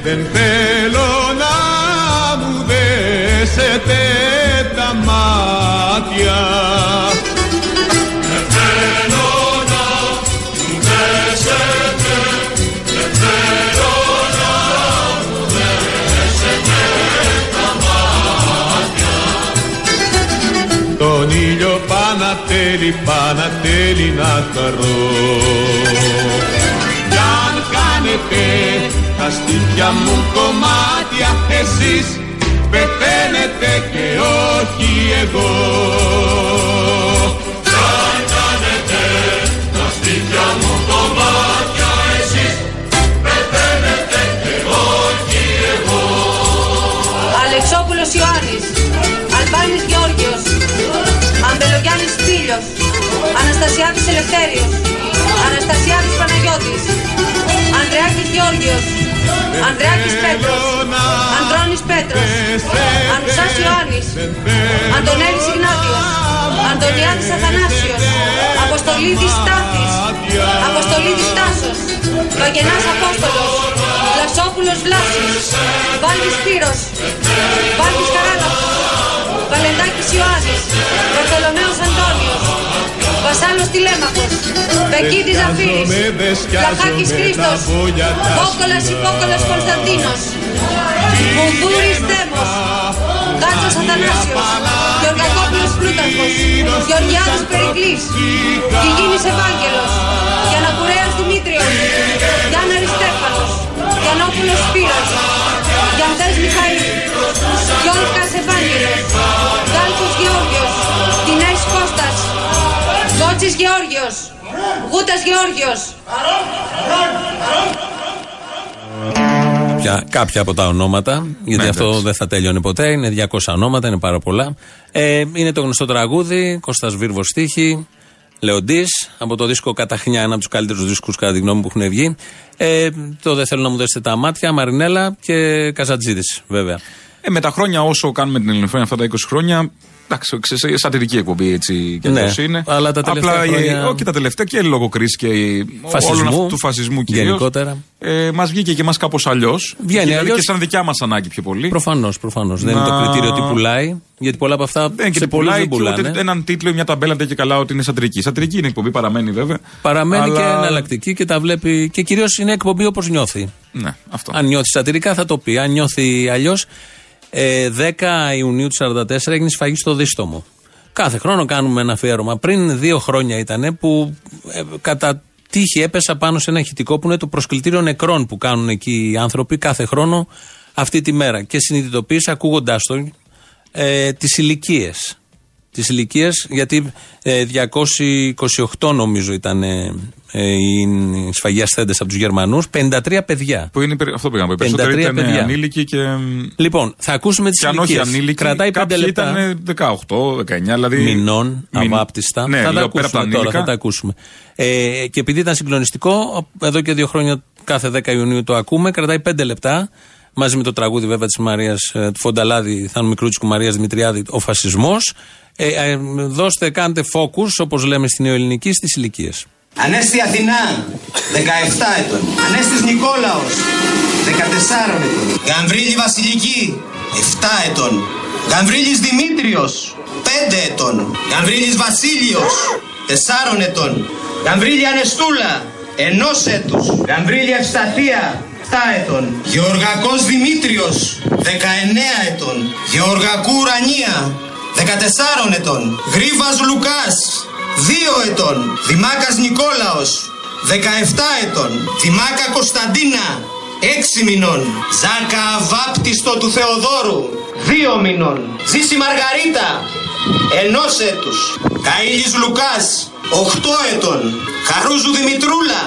Speaker 1: δεν θέλω να μου δέσετε τα μάτια. Δεν θέλω να μου δέσετε, δεν θέλω να μου δέσετε τα μάτια. Τον ήλιο Πανατέλη, Πανατέλη να χαρώ. Κι αν κάνετε τα στήθια μου κομμάτια, εσείς πεθαίνετε Ε, και όχι εγώ. Κι αν κάνετε τα στήθια μου κομμάτια, εσείς πεθαίνετε και όχι εγώ.
Speaker 2: Αλεξόπουλος Ιωάννης Αλβάνης Γεώργιος Αμπελογιάννης Φίλιος Αναστασιάδης Ελευθέριος Αναστασιάδης Παναγιώτης Ανδρεάκης Γεώργιος Ανδρεάκης Πέτρος Αντρώνης Πέτρος Ανουσάς Ιωάννης Αντωνέλης Ιγνάτιος Αντωνιάδης Αθανάσιος Αποστολίδης Τάθης Αποστολίδης Τάσος Βαγγενάς Απόστολος Βλασόπουλος Βλάσης Βάλτης Πύρος Βάλτης Καράλαμπος Βαλεντάκης Ιωάννης Βαρθολομέος Αντώνιος Βασάλος Τηλέμαχος, Πεκίτη Ζαφύρης, Βλαχάκης Χρήστος, Πόκολας Υπόκολας Κωνσταντίνος, Μουνδούρης Θέμος, Κάτσος Αθανάσιος, Γεωργακόπουλος Πλούταρχος, Γεωργιάδης Περικλής, Γηγίνης Ευάγγελος, Γιανακουρέας Δημήτριος, Γιάννα Ριστέφανος, Γιαννόπουλος Σπύρος, Γιανθές Μιχαήλ, Γιώργας Ευάγγελος, Γκάλκος Γεώργιος, Τινές Κώστας, Κότσης Γεώργιος, Γούτας Γεώργιος.
Speaker 3: Πια, κάποια από τα ονόματα, γιατί
Speaker 5: Ναι,
Speaker 3: αυτό
Speaker 5: εντάξει.
Speaker 3: δεν θα τέλειωνε ποτέ. Είναι 200 ονόματα, είναι πάρα πολλά. Ε, είναι το γνωστό τραγούδι, Κώστας Βίρβος Στίχη, Λεοντής, από το δίσκο Καταχνιά, ένα από τους καλύτερους δίσκους κατά τη γνώμη μου που έχουν βγει. Ε, το Δεν θέλω να μου δώσετε τα μάτια, Μαρινέλα και Καζατζίδης βέβαια.
Speaker 5: Ε, με τα χρόνια όσο κάνουμε την Ελληνοφρένια αυτά τα 20 χρόνια. Εντάξει, ξέρεις, ε, σατυρική εκπομπή έτσι και
Speaker 3: Ναι,
Speaker 5: αλλιώς είναι.
Speaker 3: αλλά τα τελευταία
Speaker 5: Απλά, ε,
Speaker 3: χρόνια-
Speaker 5: ό, και τα τελευταία και λόγω κρίση και ε,
Speaker 3: Φασισμού,
Speaker 5: όλων αυτού του φασισμού κυρίως,
Speaker 3: γενικότερα.
Speaker 5: Ε, μας βγήκε και εμάς κάπως αλλιώς.
Speaker 3: Βγαίνει αλλιώς.
Speaker 5: δηλαδή, και σαν δικιά μας ανάγκη πιο πολύ.
Speaker 3: Προφανώς, προφανώς. Δεν είναι το κριτήριο ότι πουλάει, γιατί πολλά από αυτά
Speaker 5: Δεν, Ναι, Ε, και
Speaker 3: σε
Speaker 5: τι
Speaker 3: πολλούς
Speaker 5: πουλάει
Speaker 3: δεν
Speaker 5: και ούτε
Speaker 3: πουλάνε.
Speaker 5: έναν τίτλο ή μια ταμπέλα δεν και καλά ότι είναι σατυρική. Σατυρική είναι η εκπομπή, παραμένει βέβαια.
Speaker 3: Παραμένει
Speaker 5: Αλλά-
Speaker 3: και εναλλακτική και τα βλέπει. Και κυρίως είναι εκπομπή όπως νιώθει.
Speaker 5: Ναι, αυτό.
Speaker 3: Αν νιώθει σατυρικά θα το πει. Αν νιώθει αλλιώς. Ε, 10 Ιουνίου του 1944 έγινε σφαγή στο Δίστομο. Κάθε χρόνο κάνουμε ένα αφιέρωμα. Πριν δύο χρόνια ήταν που ε, κατά τύχη έπεσα πάνω σε ένα ηχητικό που είναι το προσκλητήριο νεκρών που κάνουν εκεί οι άνθρωποι κάθε χρόνο αυτή τη μέρα. Και συνειδητοποίησα ακούγοντάς τον ε, τις ηλικίες. Τις ηλικίες, γιατί ε, 228 νομίζω ήταν ε, ε, οι σφαγοί ασθέντε από τους Γερμανούς, 53 παιδιά.
Speaker 5: Που είναι, περι- αυτό πήγαμε. Οι
Speaker 3: 53
Speaker 5: περισσότεροι ήταν
Speaker 3: παιδιά.
Speaker 5: ανήλικοι και.
Speaker 3: Λοιπόν, θα ακούσουμε τις
Speaker 5: Και αν όχι
Speaker 3: ηλικίες.
Speaker 5: ανήλικοι,
Speaker 3: Κρατάει 5
Speaker 5: κάποιοι
Speaker 3: λεπτά.
Speaker 5: ήταν 18, 19, δηλαδή.
Speaker 3: Μηνών,
Speaker 5: Μην-
Speaker 3: αβάπτιστα.
Speaker 5: Ναι,
Speaker 3: θα, τα
Speaker 5: λέω, πέρα
Speaker 3: ακούσουμε
Speaker 5: από τα
Speaker 3: τώρα,
Speaker 5: ανήλικα.
Speaker 3: θα τα ακούσουμε. Ε, και επειδή ήταν συγκλονιστικό, εδώ και δύο χρόνια κάθε 10 Ιουνίου το ακούμε, κρατάει 5 λεπτά. Μαζί με το τραγούδι βέβαια της Μαρίας του Φονταλάδη, Θάνου Μικρούτσικου Μαρίας Δημητριάδη, Ο Φασισμός. Ε, ε, δώστε, κάντε focus, όπως λέμε στην νεοελληνική, στις ηλικίες.
Speaker 22: Ανέστη Αθηνά, 17 ετών. Ανέστης Νικόλαος, 14 ετών. Γαμβρίλη Βασιλική, 7 ετών. Γαμβρίλης Δημήτριος, 5 ετών. Γαμβρίλης Βασίλειος, 4 ετών. Γαμβρίλη Ανεστούλα, 1 έτους. Γαμβρίλη Ευσταθία, 7 ετών. Γεωργακός Δημήτριος, 19 ετών. Γεωργακού Ουρανία, 14 ετών. Γρίβας Λουκάς, 2 ετών. Δημάκας Νικόλαος, 17 ετών. Δημάκα Κωνσταντίνα, 6 μηνών. Ζάκα Αβάπτιστο του Θεοδόρου, 2 μηνών. Ζήση Μαργαρίτα, 1 έτους. Καΐλης Λουκάς, 8 ετών. Χαρούζου Δημητρούλα,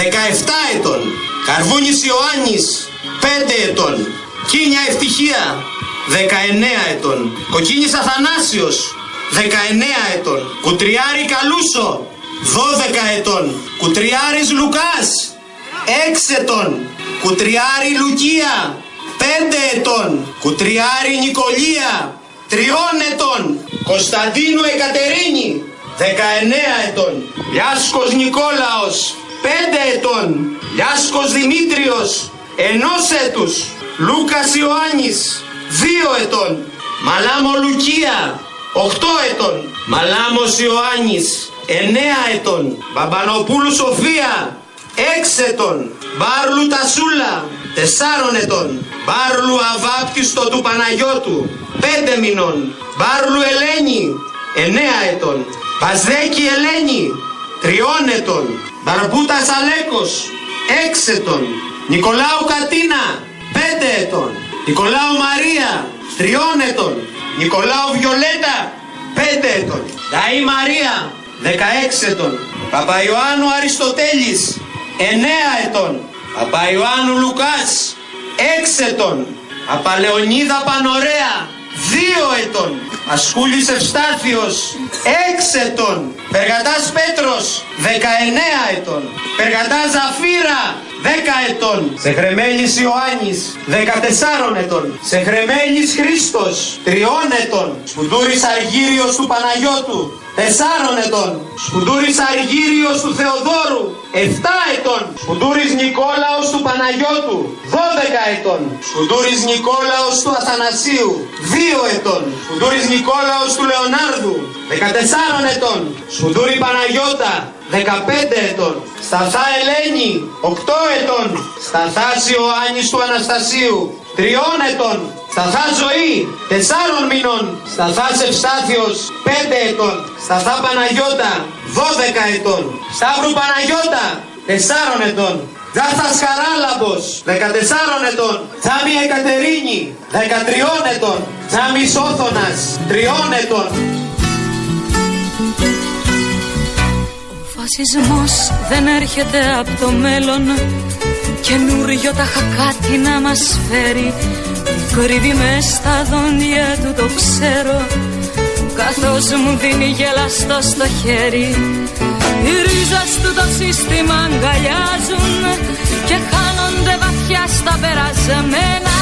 Speaker 22: 17 ετών. Καρβούνης Ιωάννης, 5 ετών. Κίνια Ευτυχία, 19 ετών. Κοκκίνης Αθανάσιος, 19 ετών. Κουτριάρη Καλούσο, 12 ετών. Κουτριάρης Λουκάς, 6 ετών. Κουτριάρη Λουκία, 5 ετών. Κουτριάρη Νικολία, 3 ετών. Κωνσταντίνου Εκατερίνη, 19 ετών. Λιάσκος Νικόλαος, 5 ετών. Λιάσκος Δημήτριος, 1 έτους. Λούκας Ιωάννης, 2 ετών. Μαλάμο Λουκία, 8 ετών. Μαλάμος Ιωάννης, 9 ετών. Μπαμπανοπούλου Σοφία, 6 ετών. Μπάρλου Τασούλα, 4 ετών. Μπάρλου Αβάπτιστο του Παναγιώτου, 5 μηνών. Μπάρλου Ελένη, 9 ετών. Παζέκη Ελένη, 3 ετών. Μπαρμπούτας Αλέκος, ε- 6 ετών. Νικολάου Κατίνα, 5 ετών. Νικολάου Μαρία, 3 ετών. Νικολάου Βιολέτα, 5 ετών. Νταή Μαρία, 16 ετών. Παπαϊωάννου Αριστοτέλης, 9 ετών. Παπαϊωάννου Λουκάς, 6 ετών. Απαλεωνίδα Πανορέα, 2 ετών. Ασχούλης Ευστάθιος, 6 ετών. Περγατάς Πέτρος, 19 ετών. Περγατάς Ζαφύρα, 10 ετών. Σεχρεμέλης Ιωάννης, 14 ετών. Σεχρεμέλης Χρήστος, 3 ετών. Σπουδούρης Αργύριος του Παναγιώτου, 4 ετών. Σπουδούρης Αργύριος του Θεοδόρου, 7 ετών. Σπουδούρης Νικόλαος του Παναγιώτου. Παναγιώτου, 12 ετών. Σκουντούρης Νικόλαος του Αθανασίου, 2 ετών. Σκουντούρης Νικόλαος του Λεωνάρδου, 14 ετών. Σκουντούρη Παναγιώτα, 15 ετών. Σταθά Ελένη, 8 ετών. Σταθά Ιωάννης του Αναστασίου, 3 ετών. Σταθά Ζωή, 4 μηνών. Σταθά Ευστάθιος, 5 ετών. Σταθά Παναγιώτα, 12 ετών. Σταύρου Παναγιώτα, 4 ετών. Δάχτας Χαράλαμπος, 14 ετών. Θάμι Εκατερίνη, 13 ετών. Θάμι Σόθωνας, 3 ετών.
Speaker 25: Φασισμός δεν έρχεται από το μέλλον Καινούριο τα χακάτι να μας φέρει Κρύβει μες στα δόντια του το ξέρω Καθώς μου δίνει γελαστό στο χέρι Οι ρίζες του το σύστημα αγκαλιάζουν Και χάνονται βαθιά στα περασμένα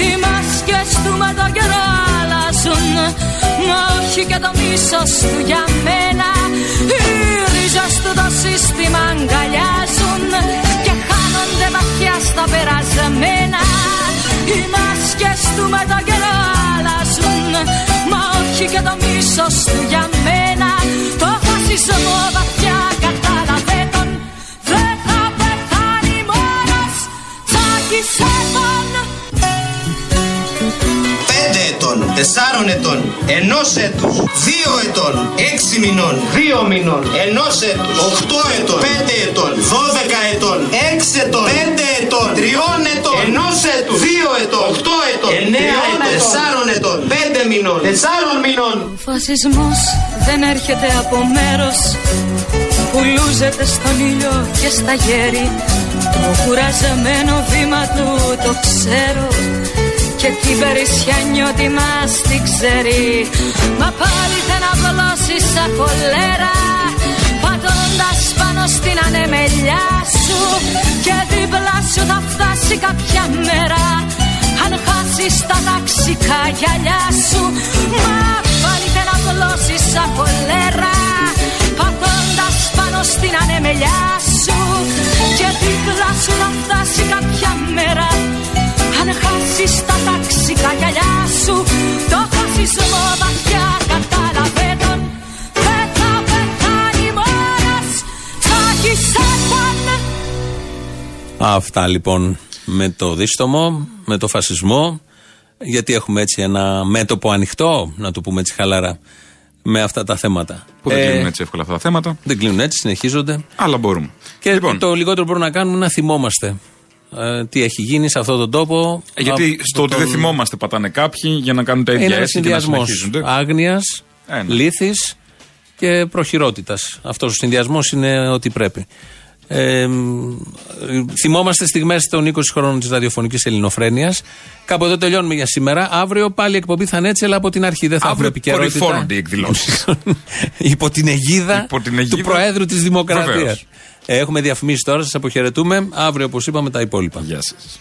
Speaker 25: Οι μάσκες του με τον καιρό αλλάζουν Μα όχι και το μίσος του για μένα Οι ρίζες του το σύστημα αγκαλιάζουν Και χάνονται βαθιά στα περασμένα οι μάσκες του με τον καιρό αλλάζουν Μα όχι και το μίσος του για μένα Το φασισμό βαθιά κατάλαβε τον Δεν θα πεθάνει μόνος Τσάκισε τον
Speaker 22: Πέντε ετών, τεσσάρων ετών, ενός έτους, δύο ετών, έξι μηνών, δύο μηνών, ενός έτους, οχτώ ετών, πέντε ετών, δώδεκα ετών, έξι ετών, πέντε ετών, τριών ετών, ενός έτους, δύο ετών, οχτώ ετών, εννέα ετών, τεσσάρων ετών, πέντε μηνών, τεσσάρων μηνών.
Speaker 25: Ο φασισμός δεν έρχεται από μέρος που λούζεται στον ήλιο και στα γέρη Το κουραζεμένο βήμα του το ξέρω και την περισσιά νιώτη μας την ξέρει Μα πάλι θα να βλώσει σαν κολέρα Πατώντας πάνω στην ανεμελιά σου Και δίπλα σου θα φτάσει κάποια μέρα Αν χάσεις τα ταξικά γυαλιά σου Μα πάλι θα να βλώσει σαν κολέρα Πατώντας πάνω στην ανεμελιά σου Και δίπλα σου θα φτάσει κάποια μέρα αν χάσεις τα ταξικά γυαλιά σου Το φασισμό βαθιά κατάλαβε τον Δεν θα πεθάνει μόνος Τσάκισε τον
Speaker 3: Αυτά λοιπόν με το δίστομο, με το φασισμό, γιατί έχουμε έτσι ένα μέτωπο ανοιχτό, να το πούμε έτσι χαλαρά, με αυτά τα θέματα.
Speaker 5: Που δεν
Speaker 3: Ε,
Speaker 5: κλείνουν έτσι εύκολα αυτά τα θέματα.
Speaker 3: Δεν κλείνουν έτσι, συνεχίζονται.
Speaker 5: Αλλά μπορούμε.
Speaker 3: Και
Speaker 5: Λοιπόν.
Speaker 3: το λιγότερο που μπορούμε να κάνουμε είναι να θυμόμαστε ε, τι έχει γίνει σε αυτόν τον τόπο.
Speaker 5: Ε, Γιατί
Speaker 3: Από
Speaker 5: στο ότι
Speaker 3: τον-
Speaker 5: δεν θυμόμαστε πατάνε κάποιοι Ε, για να κάνουν τα ίδια
Speaker 3: Είναι ένα
Speaker 5: έτσι και να
Speaker 3: συνδυασμός
Speaker 5: συνεχίζονται. Ε, ναι.
Speaker 3: άγνοια, λύθης και προχειρότητας. Αυτός ο συνδυασμός είναι ό,τι πρέπει. Ε, μ, ε, θυμόμαστε στιγμές των 20 χρόνων της ραδιοφωνικής ελληνοφρένειας. Κάπου εδώ τελειώνουμε για σήμερα. Αύριο πάλι η εκπομπή θα είναι έτσι, αλλά από την αρχή δεν θα έχουμε
Speaker 5: Αύριο
Speaker 3: επικαιρότητα.
Speaker 5: κορυφώνονται οι εκδηλώσεις.
Speaker 3: <laughs> Υπό την αιγίδα του Προέδρου Ε, τη Δημοκρατία.
Speaker 5: Βεβαίως.
Speaker 3: Έχουμε διαφημίσει τώρα, σας αποχαιρετούμε. Αύριο, όπως είπαμε, τα υπόλοιπα.
Speaker 5: Γεια σας.